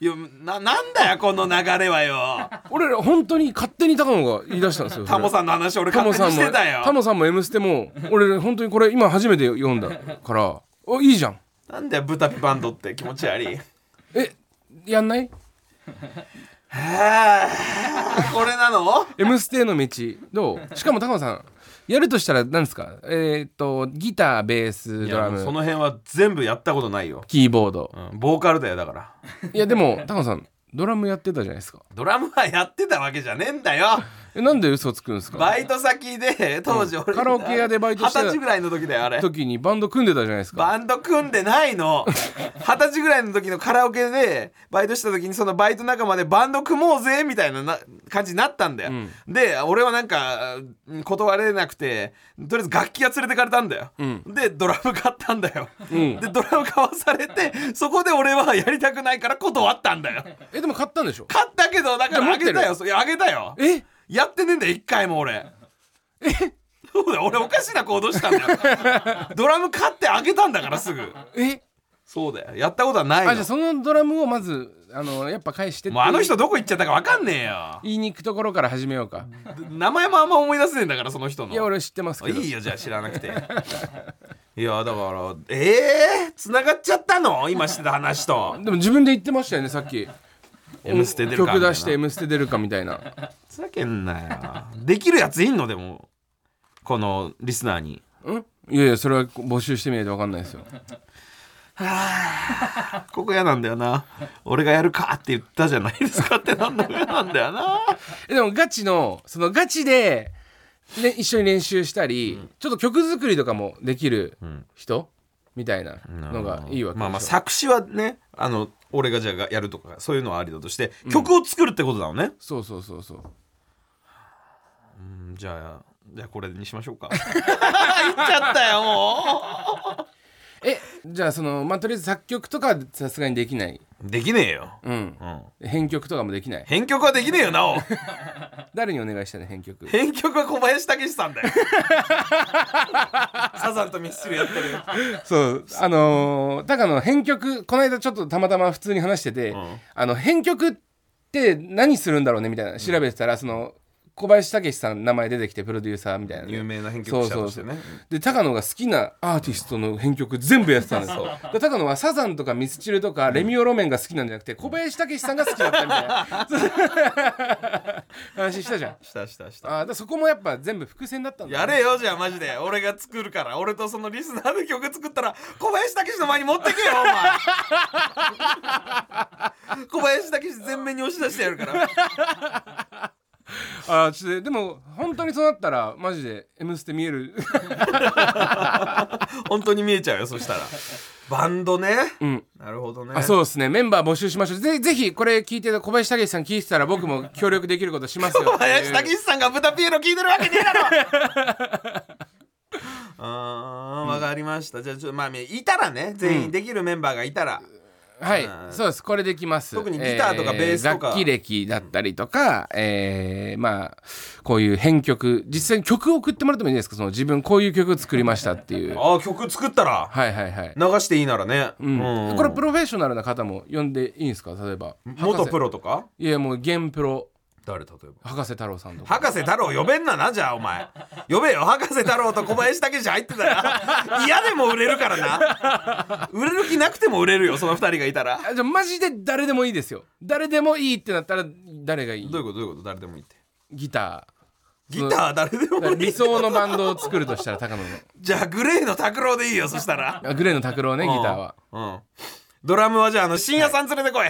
いやななんだよこの流れはよ俺ら本当に勝手に高野が言い出したんですよタモんさんの話俺タ勝モ手さにんしもてたよタモさんも「M ステ」も俺ら本当にこれ今初めて読んだからおいいじゃんなんだよ豚ピバンドって気持ち (laughs) 悪いえやんないはあこれなの M ステの道どうしかも高野さんやるとしたら何ですかえーっとギターベースいドやラもうそムの辺は全部やったことないよ、キーボードうん、ボーカルだよだからいやでも高野さんドラムやってたじゃないですかドラムはやってたわけじゃねえん (laughs) だよえなんで嘘つくんですかバイト先で当時俺、カラオケ屋でバイトしてた二十歳ぐらいの時だよあれ時にバンド組んでたじゃないですかバンド組んでないの二十歳ぐらいの時のカラオケでバイトした時にそのバイト仲間でバンド組もうぜみたいなな感じになったんだよ、で俺はなんかうん断れなくてとりあえず楽器が連れてかれたんだよ、でドラム買ったんだよ、んでドラム買わされてそこで俺はやりたくないから断ったんだよえでも買ったんでしょ買ったけどだからあげじゃたあ持よそういやあげたよえやってねえんだよ一回も俺そうだよ俺おかしな行動したんだよ (laughs) ドラム買ってあげたんだからすぐえそうだよやったことはないのあじゃあそのドラムをまずあのやっぱ返してってもうあの人どこ行っちゃったかわかんねえよ言いに行くところから始めようか名前もあんま思い出せねえんだからその人のいや俺知ってますあけいどいよじゃあ知らなくていやだからえー、繋がっちゃったの今してた話とでも自分で言ってましたよねさっき「M ステ」出るか曲出して「み M ステ」出るかみたいなたいなふざけんなよできるやついんのでもこのリスナーにんいやいやそれは募集してみないと分かんないですよここ嫌なんだよな俺がやるかって言ったじゃないですかってなんだか嫌なんだよなえでもガチのそのガチで、ね、一緒に練習したり、ちょっと曲作りとかもできる人、みたいなのがいいわけでしょまあまあ作詞はねあの俺がじゃあやるとかそういうのはありだとして曲を作るってことだもんね、そうそうそうそううんじゃあじゃあこれにしましょうか言っちゃったよもえじゃあそのまあとりあえず作曲とかはさすがにできないうできねえよ、うんうん、編曲とかもできない編曲はできねえよなお誰にお願いしたの編曲編曲は小林武史さんだよ (laughs) サザンとミスチルやってるそうあのー、高野編曲この間ちょっとたまたま普通に話してて、んあの編曲って何するんだろうねみたいな調べてたら、その小林武史さんの名前出てきてプロデューサーみたいなね、有名な編曲者としてねそうそうそうで高野が好きなアーティストの編曲全部やってたんですよで高野はサザンとかミスチルとかレミオロメンが好きなんじゃなくて小林武史さんが好きだったみたい (laughs) な話したじゃんしたしたしたあーだからそこもやっぱ全部伏線だったんだやれよじゃあマジで俺が作るから俺とそのリスナーの曲作ったら小林武史の前に持ってけよお前 (laughs) 小林武史全面に押し出してやるからあーちょっとでも本当にそうなったらマジで「M ステ」見える本当に見えちゃうよそしたらバンドね、なるほどねあそうですねメンバー募集しましょうぜぜひこれ聞いてた小林武史さん聞いてたら僕も協力できることします (laughs) よ小林武史さんが豚ピエロ聞いてるわけねえだろ (laughs) あーわかりましたじゃあちょっとまあいたらね全員できるメンバーがいたら、はい、うんそうですこれできます特にギターとかベースとか楽器歴だったりとか、えーまあこういう編曲実際に曲を送ってもらってもいいですかその自分こういう曲作りましたっていうはああ曲作ったらいはいはい、流していいならね、うんうんこれプロフェッショナルな方も呼んでいいんですか例えば元プロロとかいやもう現プロ誰例えば博士太郎さんとか博士太郎呼べんななじゃあお前呼べよ博士太郎と小林武史入ってたら嫌でも売れるからな売れる気なくても売れるよその二人がいたらあじゃあマジで誰でもいいですよ誰でもいいってなったら誰がいいどういうことどういうこと誰でもいいってギタギター誰でーもい理い想のバンドを作るとしたら高野のじゃあグレーの拓郎でいいよそしたらあグレーの拓郎ねギターはうんうんドラムはじゃああの深夜さん連れてこい、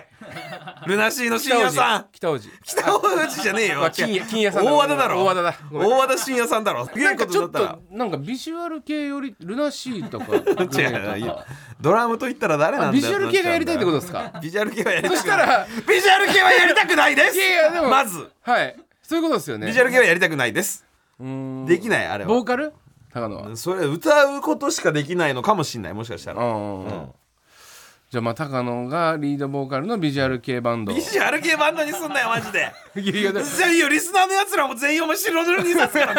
ルナシーの深夜さん北王子北大路じゃねえよあ金谷金谷さんだ大和田だろ大和田だごめん大和田深夜さんだろすげなえんこかちょとっだったらとなんかビジュアル系よりルナシーとかグレー違ういとやかドラムと言ったら誰なんだよあビジュアル系がやりたいってことですか (laughs) ビジュアル系はやりたくないそしたらビジュアル系はやりたくないですいやいやでもまずはいそういうことですよねビジュアル系はやりたくないですうーんできないあれボはーカル高野はそれ歌うことしかできないのかもしれないもしかしたうらんうんうんじゃあまあ高野がリードボーカルのビジュアル系バンドビジュアル系バンドにすんなよマジで (laughs) いやいやでもじゃあいいよリスナーのやつらも全員お前白塗りにさすから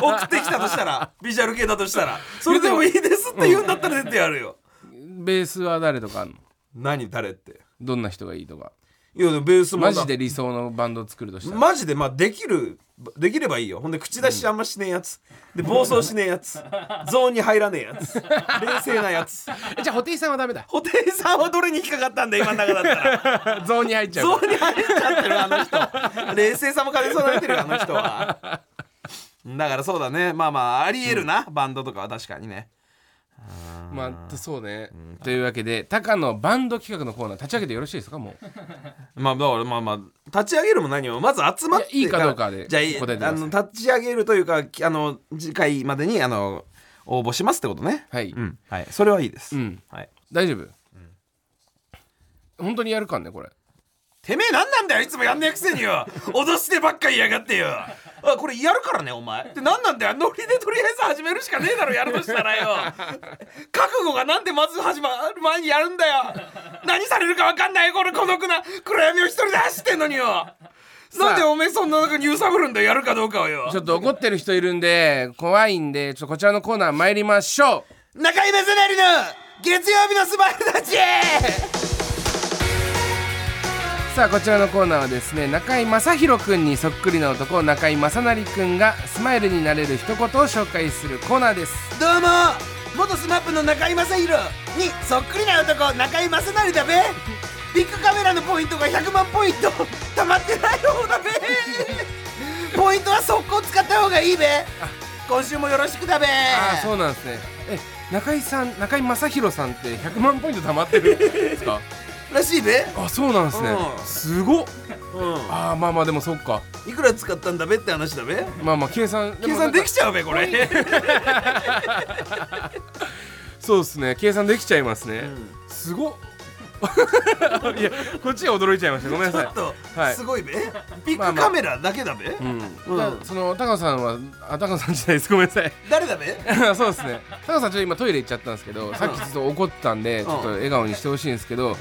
(laughs) な送ってきたとしたらビジュアル系だとしたらそれでもいいですって言うんだったら出てやるよベースは誰とかあんの何誰ってどんな人がいいとかいやでもベースもなマジで理想のバンドを作るとしたらマジでまあできるできればいいよほんで口出しあんましねえやつで暴走しねえやつゾーンに入らねえやつ冷静なやつえじゃあ布袋さんはダメだ布袋さんはどれに引っかかったんだ今の中だったらゾーンに入っちゃゾうーンに入っちゃってるあの人冷静さも兼ね備えてるあの人はだからそうだねまあまあありえるな、バンドとかは確かにねまあそうねというわけで高野バンド企画のコーナー立ち上げてよろしいですかもうまあだからまあまあ立ち上げるも何もまず集まっていやいいかどうかでじゃあいい答えてくあださいの立ち上げるというかきあの次回までにあの応募しますってことねはいうんはい、それはいいです、うんはい、大丈夫本当にやるかんねこれてめえ何なんだよいつもやんねえくせによ脅してばっか言いやがってよあこれやるからねお前って何なんだよノリでとりあえず始めるしかねえだろやるとしたらよ覚悟がなんでまず始まる前にやるんだよ何されるか分かんないこの孤独な暗闇を一人で走ってんのによなんでおめえそんな中に揺さぶるんだよやるかどうかをよちょっと怒ってる人いるんで怖いんでちょっとこちらのコーナー参りましょう中居正成の月曜日のスマイルたちさあこちらのコーナーはですね中井正広くんにそっくりな男中井正成くんがスマイルになれる一言を紹介するコーナーですどうも元スマップの中居正広にそっくりな男中居正成だべビッグカメラのポイントが100万ポイント溜まってない方だべポイントは速攻使った方がいいべ今週もよろしくだべああそうなんですねえ中井さん中井正広さんって100万ポイント貯まってるんです (laughs) からしいべ、あそうなんですねうんすごっうああまあまあでもそっかん、いくら使ったんだべって話だべまあまあ計算計算できちゃうべこれそうですね計算できちゃいますね、すごっ (laughs) いやこっちは驚いちゃいましたごめんなちょさいっとはいすごいべ、ビまッあグまあカメラだけだべ、うん、んだその高野さんはあ高野さんじゃないですごめんなさい (laughs) 誰だべそうですね高野さんちょっと今トイレ行っちゃったんですけどさっきちょっと怒ったんでちょっと笑顔にしてほしいんですけど、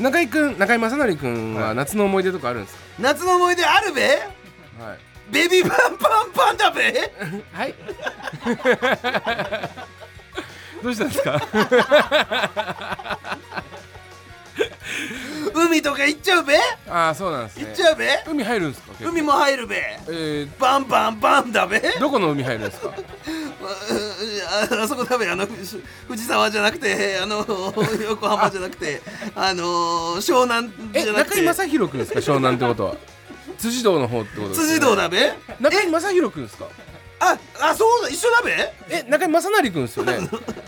中井くん中井正成くんは夏の思い出とかあるんです夏の思い出あるべかはいベビーパンパンパンだべはい。 (laughs) どうしたんですか。 (laughs) 海とか行っちゃうべああ、そうなんですね。行っちゃうべ海入るんですか。結構海。も入るべえバンバンバンだべー、どこの海入るんですか。 (laughs) ああそこだべあのふし藤沢じゃなくてあ (laughs) の横浜じゃなくてあの湘南え、じゃなく中井て正広くんですか。湘南ってことは。 (laughs) 辻堂の方ってことです、辻堂。だべ中井正広くんですか。ああそうだ一緒だべえ、中井正成くんですよね。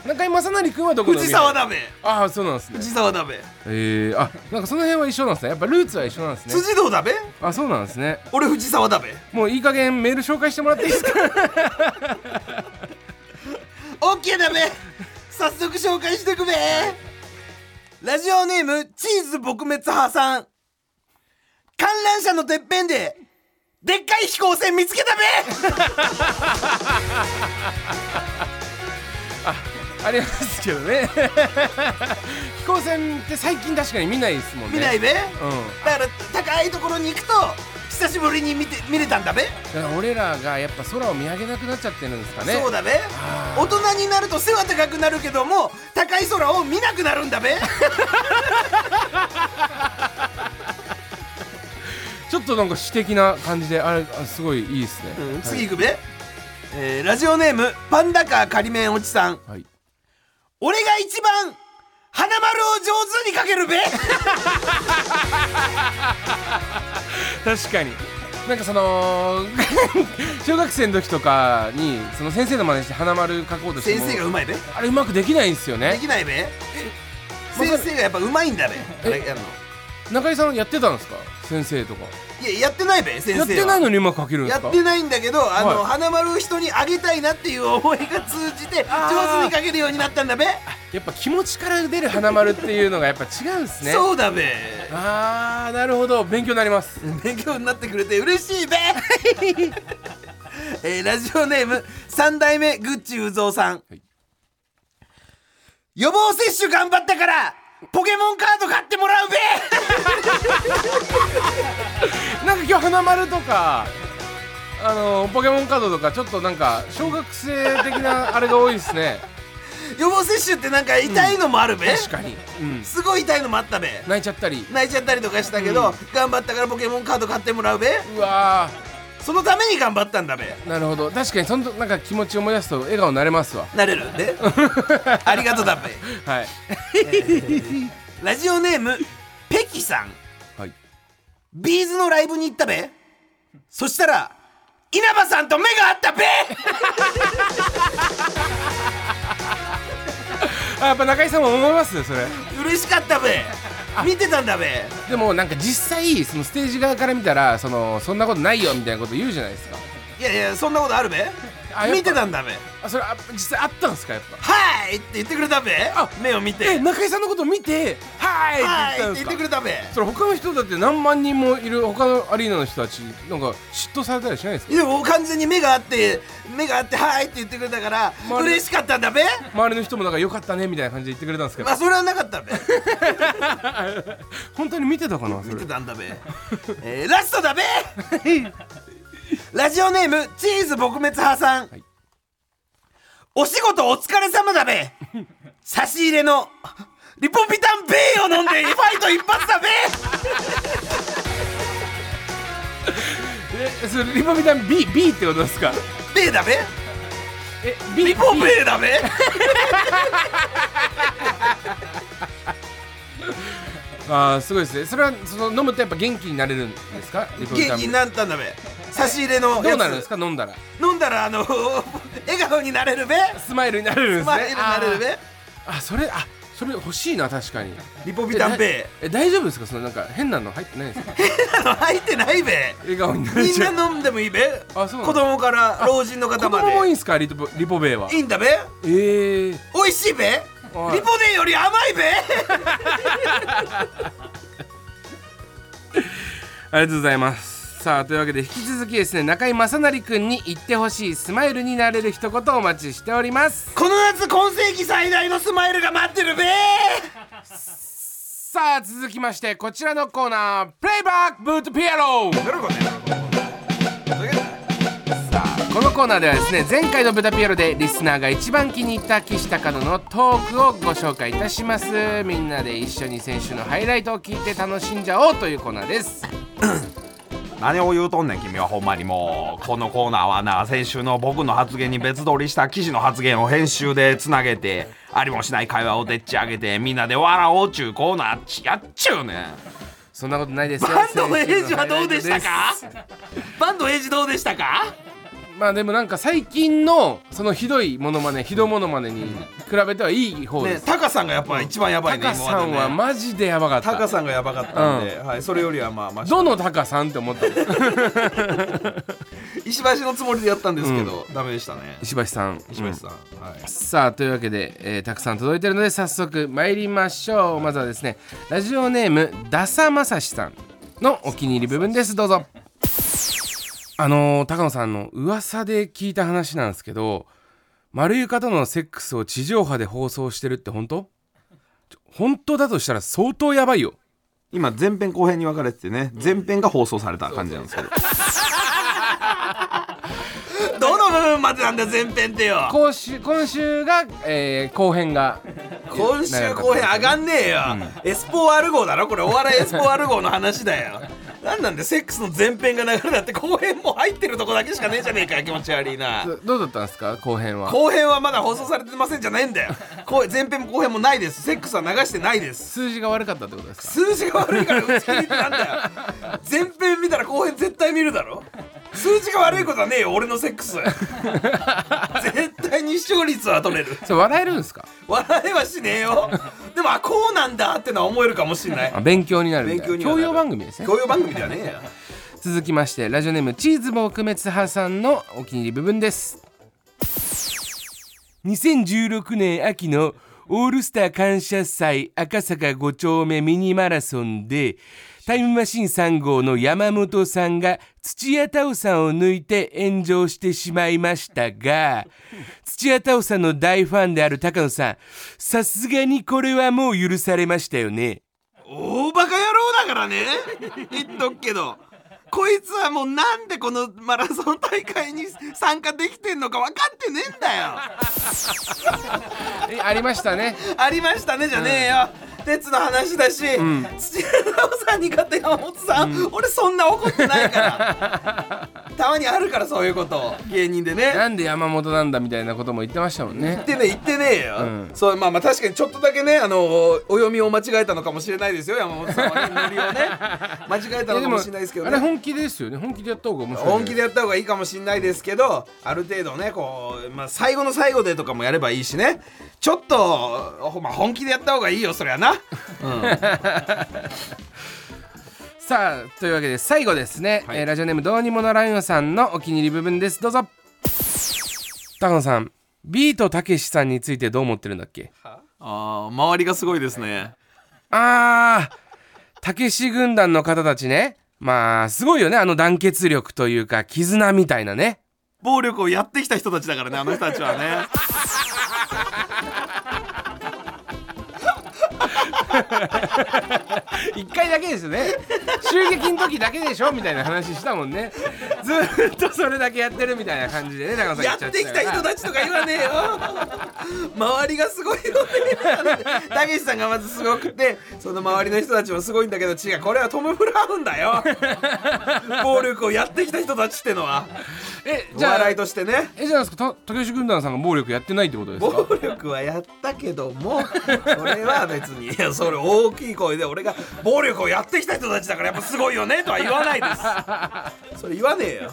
中井正成くんはどこの海。藤沢。だべああ、そうなんですね。藤沢だべえー、あ、なんかその辺は一緒なんですね。やっぱルーツは一緒なんですね。辻堂だべあ、そうなんですね。俺藤沢だべもういい加減メール紹介してもらっていいです (laughs) か。オッケーだべ早速紹介してくべラジオネームチーズ撲滅派さん観覧車のてっぺんででっかい飛行船見つけた (laughs) べありますけどね (laughs) 飛行挑戦って最近確かに見ないですもんね見ないべ、うんだから高いところに行くと久しぶりに見て見れたんだべ、だから俺らがやっぱ空を見上げなくなっちゃってるんですかねそうだべ大人になると背は高くなるけども高い空を見なくなるん (laughs) だべちょっとなんか詩的な感じであれあすごいいいですね、うん次行くべ、えーラジオネームパンダカー仮面おじさんはい、俺が一番花丸を上手にかけるべ確かになんかその (laughs) 小学生の時とかにその先生の真似して花丸書こうとし (laughs) て先も生がうまいべであれうまくできないんですよねきないべわか先る生がやっぱうまいんだべあれやるの中井さんやってたんですか先生とかいややってないべ先生やはってないのにうまく書けるんでやすかってないんだけどあの、は花丸を人にあげたいなっていう思いが通じて上手にかけるようになったんだべ、やっぱ気持ちから出る花丸っていうのがやっぱ違うんですねそうだべあーなるほど勉強になります勉強になってくれて嬉しいべえーラジオネーム三代目グッチうぞうさん、はい予防接種頑張ったからポケモンカード買ってもらうべなんか今日花丸とかあのポケモンカードとかちょっとなんか小学生的なあれが多いですね予防接種ってなんか痛いのもあるべ、確かに、うん、すごい痛いのもあったべ泣いちゃったり泣いちゃったりとかしたけど、頑張ったからポケモンカード買ってもらうべうわそのために頑張ったんだべーなるほど確かにそのなんか気持ちを思い出すと笑顔になれますわ (laughs) なれるんでありがとうだべはいラジオネームペキさんはいビーズのライブに行ったべそしたら稲葉さんと目が合ったべあやっぱ中井さんも思いますねそれ嬉しかったべ見てたんだべでもなんか実際そのステージ側から見たらそのそんなことないよみたいなこと言うじゃないですかいやいやそんなことあるべあやっぱ見てたんだべあそれあ実際あったんですかやっぱはいって言ってくれたべあ目を見てえ中井さんのこと見て「ははいってーい」っ言てっ言ってたんくですれかたべそれ他の人だって何万人もいる他のアリーナの人たちなんか嫉妬されたりしないですかでも完全に目があって目があってはいって言ってくれたからまあ嬉しかったんだべ周りの人もなんか良かったねみたいな感じで言ってくれたんです (laughs) けどまあそれはなかったべ本当に見てたかなそ見れてたんだべ、えーラストだべラジオネームチーズ撲滅派さん、いお仕事お疲れ様だべ差し入れのリポビタン B を飲んでファイト一発だべえそれリポビタン B, B ってことですか B だべえ B リポ B だべあーすごいですねそれはその飲むとやっぱ元気になれるんですかリポビ元タン気 B にどなったんだべ差し入れのやつうなるんですか飲んだら飲んだらあの笑顔になれるべスマイルになれるんですねスマイルになれるべあーあそれあそれ欲しいな確かにリポビタン B ええ大丈夫ですかそのなんか変なの入ってないですか (laughs) 入ってないべ笑顔になれみちゃうんな飲んでもいいべあそうなの子供から老人の子方ま供もいいでんですかリポリポベイはいいんだべええー、美味しいべリポいデンより甘いべありがとうございます。さあというわけで引き続きですね中井正成くんに言ってほしいスマイルになれる一言をお待ちしておりますこの夏今世紀最大のスマイルが待ってるべさあ続きましてこちらのコーナープレイバックブートピエロこのコーナーではですね前回の「ブタピエロ」でリスナーが一番気に入った岸高野のトークをご紹介いたしますみんなで一緒に先週のハイライトを聞いて楽しんじゃおうというコーナーです何を言うとんねん君はほんまにもうこのコーナーはな先週の僕の発言に別撮りした記事の発言を編集でつなげてありもしない会話をでっち上げてみんなで笑おうちゅうコーナーちやっちゅうねんそんなことないですよバンドのエイジはどうでしたか先週のハイライトで (laughs) バンドエイジどうでしたかすまあでもなんか最近のそのひどいモノマネひどモノマネに比べてはいい方です、ねタカさんがやっぱ一番やばいねタカ今さまでんねはマジでやばかっタたカさんがやばかったんで、はい、それよりはまあまあどのタカさんって思ったの石橋のつもりでやったんですけど、ダメでしたね石橋さん石橋さん、はいさあというわけで、えーたくさん届いてるので早速参りましょうまずはですねラジオネームダサマサシさんのお気に入り部分ですどうぞあのー高野さんの噂で聞いた話なんですけど丸床とのセックスを地上波で放送してるって本当本当だとしたら相当やばいよ今前編後編に分かれててね前編が放送された感じなんですけど (laughs) どの部分までなんだ前編ってよ今週今週が、えー後編が今週後編上がんねえよ、エスポワル号だろこれお笑いエスポワル号の話だよなんなんでセックスの前編が流れだって後編も入ってるとこだけしかねえじゃねえかよ気持ち悪いなどどうだったんですか後編は後編はまだ放送されてませんじゃないんだよ後前編も後編もないですセックスは流してないです数字が悪かったってことですか数字が悪いから打ち切りってなんだよ前編見たら後編絶対見るだろ数字が悪いことはねえよ俺のセックス絶対に視聴率は取れるそれ笑えるんですか笑えはしねえよでもあこうなんだってのは思えるかもしんないあ勉強になるみ勉たい強なにはなる教養番組ですね教養番組ではねえよ続きましてラジオネームチーズボークメツハさんのお気に入り部分です2016年秋のオールスター感謝祭赤坂5丁目ミニマラソンでタイムマシーン3号の山本さんが土屋太鳳さんを抜いて炎上してしまいましたが土屋太鳳さんの大ファンである高野さんさすがにこれはもう許されましたよね大バカ野郎だからね言っとくけどこいつはもうなんでこのマラソン大会に参加できてんのか分かってねえんだよえありましたねありましたねじゃねえよ、鉄の話だし、土屋太鳳さんに勝った山本さん、俺そんな怒ってないからたまにあるからそういうこと芸人でね (laughs) なんで山本なんだみたいなことも言ってましたもんね言ってねえ言ってねえよ、んそうまあまあ確かにちょっとだけねあのお読みを間違えたのかもしれないですよ山本さんはねノリをね (laughs) 間違えたのかもしれないですけどあれね本気ですよね本気でやった方が面白い本気でやった方がいいかもしれないですけどある程度ねこう、まあ、最後の最後でとかもやればいいしねちょっと、ほまあ、本気でやった方がいいよそりゃ (laughs) なさあというわけで最後ですね、はいえーラジオネームどうにもならんよさんのお気に入り部分ですどうぞ高野さんビートたけしさんについてどう思ってるんだっけあー周りがすごいですねあーたけし軍団の方たちねまあすごいよねあの団結力というか絆みたいなね暴力をやってきた人たちだからねあの人たちは (laughs) ね一回だけですよね襲撃の時だけでしょみたいな話したもんねずーっとそれだけやってるみたいな感じでね高野さん言やっっちゃてってきた人たちとか言わね (laughs) えよ周りがすごいよねたけしさんがまずすごくてその周りの人たちもすごいんだけど違うこれはトム・フラウンだよ暴力をやってきた人たちってのはえおじゃあ笑いとしてねえじゃないですかた竹内軍団さんが暴力やってないってことです暴か力はやったけどもそれは別にいやそれ大きい声で俺が暴力をやってきた人たちだからやっぱすごいよねとは言わないですそれ言わねえよ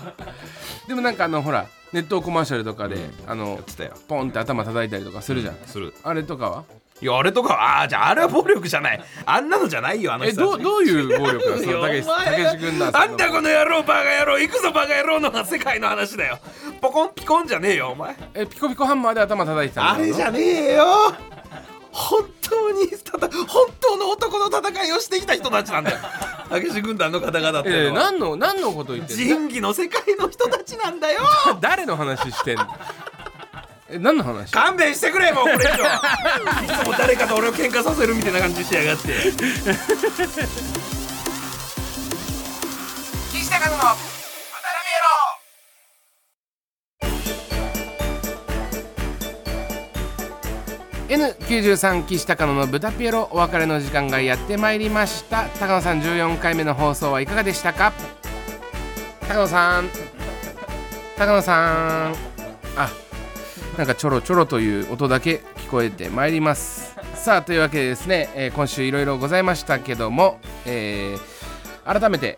でもなんかあのほら熱湯コマーシャルとかで、あのってたよポンって頭叩いたりとかするじゃん、するあれとかはいやあれとかはああじゃああれは暴力じゃないあんなのじゃないよあのえ人たちどうどういう暴力なんですいやか (laughs) お前竹内竹内軍団さなんんのだこの野郎バカ野郎行くぞバカ野郎の世界の話だよポコンピコンじゃねえよお前えピコピコハンマーで頭叩いてたあんだれじゃねえよ本当にたた本当の男の戦いをしてきた人たちなんだ (laughs) よたけし軍団の方々ってえのー、は何の何のこと言ってんの仁義の世界の人たちなんだよ誰の話し (laughs) てんのえ何の話勘弁してくれもうこれ (laughs) 以上いつも誰かと俺を喧嘩させるみたいな感じしやがって岸高野の N93 岸高野の豚ピエロお別れの時間がやってまいりました高野さん14回目の放送はいかがでしたか高野さん高野さんあなんかちょろちょろという音だけ聞こえてまいりますさあというわけでですね、えー今週いろいろございましたけども、えー改めて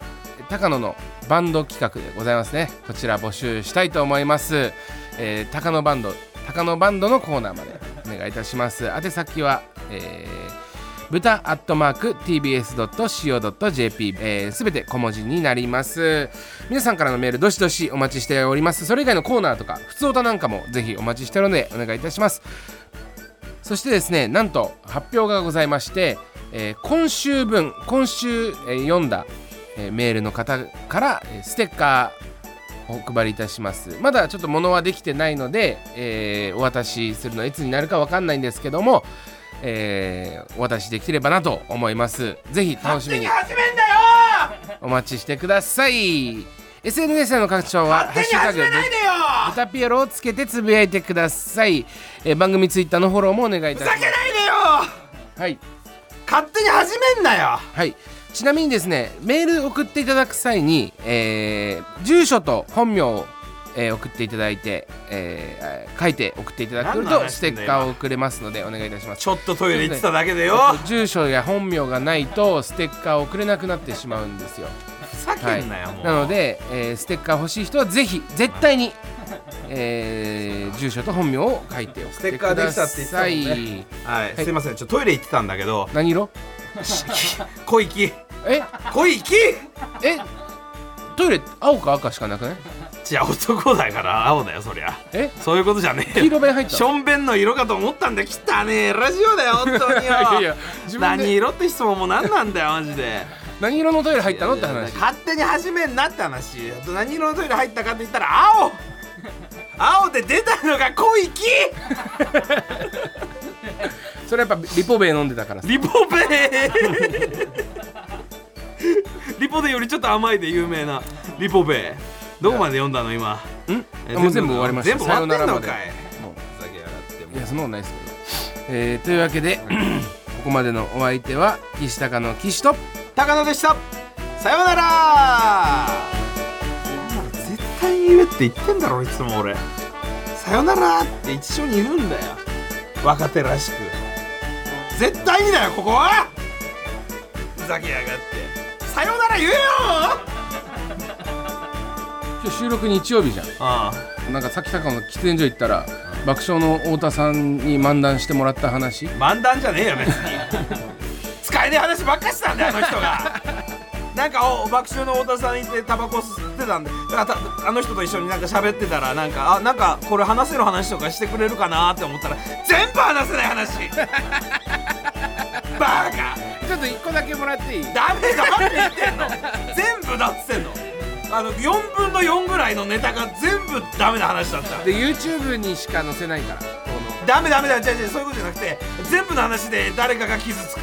高野のバンド企画でございますねこちら募集したいと思います、えー、高野バンド高野バンドのコーナーまでお願いいたします宛先は、えー、豚アットマーク tbs.co.jp す、えー、べ、て小文字になります皆さんからのメールどしどしお待ちしておりますそれ以外のコーナーとか普通歌なんかもぜひお待ちしておるのでお願いいたしますそしてですねなんと発表がございまして、えー今週分今週、えー読んだ、えーメールの方から、えーステッカーお配りいたしますまだちょっと物はできてないので、えーお渡しするのはいつになるかわかんないんですけども、えーお渡しできればなと思いますぜひ楽しみに始めんだよお待ちしてください SNS での拡張は「ハッシュタグーよブタピエロ」をつけてつぶやいてください、えー番組ツイッターのフォローもお願いいたしまふざけすないでよはい勝手に始めんなよはいちなみにですねメール送っていただく際に、えー住所と本名を、えー送っていただいて、えー書いて送っていただく何のと話スしてテんだッよカーを送れますのでお願いいたしますちょっとトイレ行ってただけでよ住所や本名がないとステッカーを送れなくなってしまうんですよふざはけいんなよもうなので、えーステッカー欲しい人はぜひ絶対に、えー住所と本名を書いて送ってくださいステッカーできたって言ってはいすいませんちょっとトイレ行ってたんだけど何色小池え小池えトイレ青か赤しかなくないじゃあ男だから青だよそりゃえそういうことじゃねえ黄よ色弁入ったしょんべんの色かと思ったんだ汚ねえラジオだよ本当によ (laughs) いやいや自分何で色って質問も何なんだよマジで何色のトイレ入ったのっていやい話や勝手に始めんなって話あと何色のトイレ入ったかって言ったら青青で出たのが小池それやっぱリポベイ飲んでたからさリポベ (laughs) リポベよりちょっと甘いで有名なリポベどこまで読んだの今えんもう全部終わりました全部終わってんのかさよいならまでもうふざけやがってもういやそんなことないですけど、えーというわけで (clears throat) ここまでのお相手は岸高の岸と高野でしたさようなら絶対に言えって言ってんだろいつも俺さよならって一緒に言うんだよ若手らしく絶対にだよここはふざけやがってさよなら言えよ今日収録日曜日じゃあんなんかさっき高野の喫煙所行ったら爆笑の太田さんに漫談してもらった話あ漫談じゃねえよ別に使えねえ話ばっかしてたんだよあの人がなんかお爆笑の太田さんいてタバコ吸ってたんでだからたあの人と一緒になんか喋ってたらなんかあなんかこれ話せる話とかしてくれるかなって思ったら全部話せない話バカちょっと1個だけもらっていいダメだって言ってんの全部だっつってんのあの4分の4ぐらいのネタが全部ダメな話だったで YouTube にしか載せないからこのダメダメだじゃじゃそういうことじゃなくて全部の話で誰かが傷つく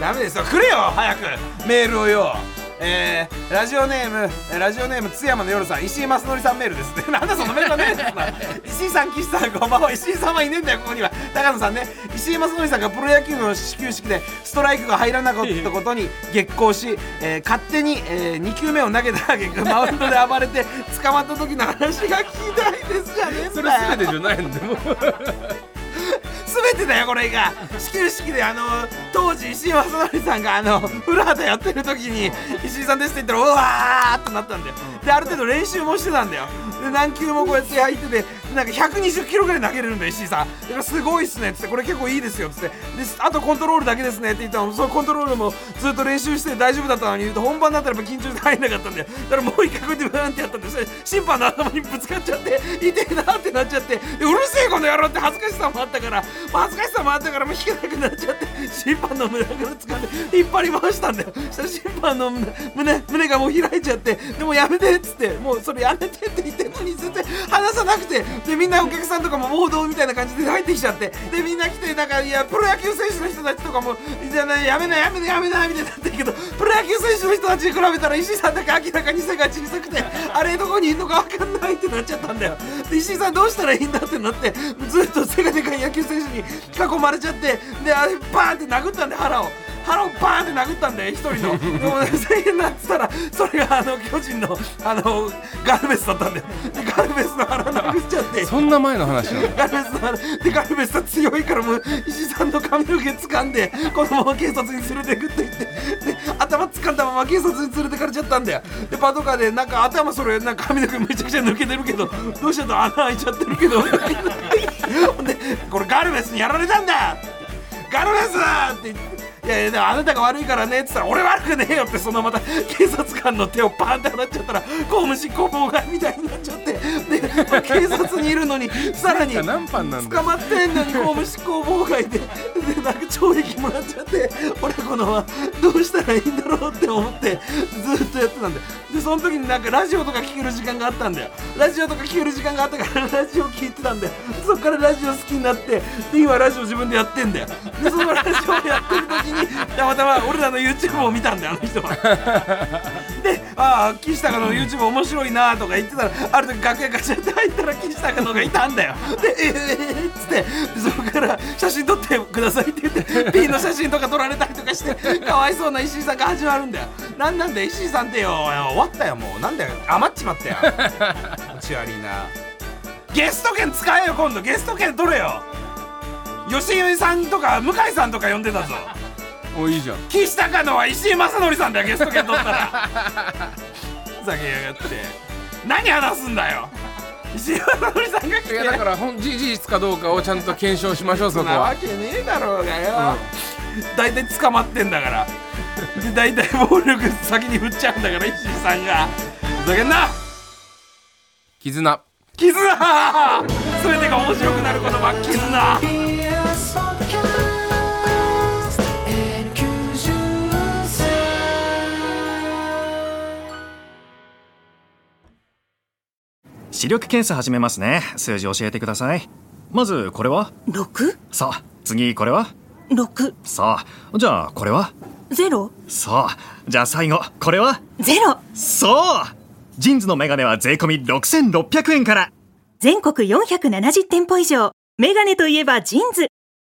ダメですよくれよ早くメールをよえー、ラジオネームえーラジオネーム津山の夜さん石井正則さんメールです (laughs) ねなんだそのメールはねえんだよお前石井さん岸さんこんばんは石井さんはいねえんだよここには高野さんね石井正則さんがプロ野球の始球式でストライクが入らなかったことに激高し、えー勝手に、え2球目を投げた挙句マウンドで暴れて捕まった時の話が聞きたいですじゃねえんだよそれ全てじゃないんでもう全てだよこれが始球式であの当時石井正則さんがあの古畑やってる時に石井さんですって言ったらうわーっとなったんだよである程度練習もしてたんだよで何球もこうやって入っててなんか120キロぐらい投げれるんだよ石井さんだからすごいっすねっつってこれ結構いいですよっつってであとコントロールだけですねって言ったのそのコントロールもずっと練習して大丈夫だったのに言うと本番だったらやっぱ緊張して入んなかったんだよだからもう一回こうやってブーンってやったんでそれ審判の頭にぶつかっちゃって痛えなってなっちゃってでうるせえこの野郎って恥ずかしさもあったから恥ずかしさもあったからもう引けなくなっちゃって審判の胸から掴んで引っ張り回したんだよそしたら審判の胸胸胸がもう開いちゃってでもやめてっつってもうそれやめてって言ってんのに全然話さなくてでみんなお客さんとかも暴動みたいな感じで入ってきちゃってでみんな来てなんかいやプロ野球選手の人たちとかもいややめなやめなやめなみたいになってるけどプロ野球選手の人たちに比べたら石井さんだけ明らかに背が小さくてあれどこにいるのか分かんないってなっちゃったんだよで石井さんどうしたらいいんだってなってずっと背がでかい野球選手に囲まれちゃってであれバーンって殴ったんで腹を。腹をバーンって殴ったんだよ一人のでも大変なっつったらそれがあの巨人のあのガルベスだったんだよでガルベスの腹殴っちゃって (laughs) そんな前の (laughs) 話なのガルベスさんでガルベスさん強いからもう石井さんの髪の毛掴んでこのまま警察に連れてくって言ってで頭掴んだまま警察に連れてかれちゃったんだよでパトカーでなんか頭それなんか髪の毛めちゃくちゃ抜けてるけどどうしちゃった穴開いちゃってるけど (laughs) ほんでこれガルベスにやられたんだガルベスだって言って。やいやでもあなたが悪いからね」っつったら「俺悪くねえよ」ってそのまた警察官の手をパンって払っちゃったら公務執行妨害みたいになっちゃってで警察にいるのにさらになんか何番なんだ捕まってんのに公務執行妨害で (laughs) でなんか懲役もらっちゃって俺このままどうしたらいいんだろうって思ってずっとやってたんだよでその時になんかラジオとか聞ける時間があったんだよラジオとか聞ける時間があったから (laughs) ラジオ聞いてたんだよそっからラジオ好きになってで今ラジオ自分でやってんだよでそのラジオやってる時にたまたま俺らの YouTube を見たんだよあの人は。で、ああ、岸高の YouTube 面白いなとか言ってたら、ある時楽屋ガチャって入ったら岸高のがいたんだよ。で、ええー、っつって、そこから写真撮ってくださいって言って、P の写真とか撮られたりとかして、かわいそうな石井さんが始まるんだよ。なんなんだよ、石井さんってよ、終わったよ、もう。なんだよ、余っちまったよ。気持ち悪いな。ゲスト券使えよ、今度、ゲスト券取れよ。吉井さんとか向井さんとか呼んでたぞ。おいいじゃん岸高野は石井正則さんだよゲスト券取ったらふざけやがって何話すんだよ石井正則さんが来いてやだからほん事実かどうかをちゃんと検証しましょうそこなわはけねえだろうがよ、大体捕まってんだからで大体暴力先に振っちゃうんだから石井さんがふざけんな絆絆全てが面白くなる言葉絆 TBS Podcast N93 視力検査始めますね数字教えてくださいまずこれは六さあ次これは六さあじゃあこれはゼロさあじゃあ最後これはゼロそうジーンズのメガネは税込6600円から全国470店舗以上メガネといえばジーンズ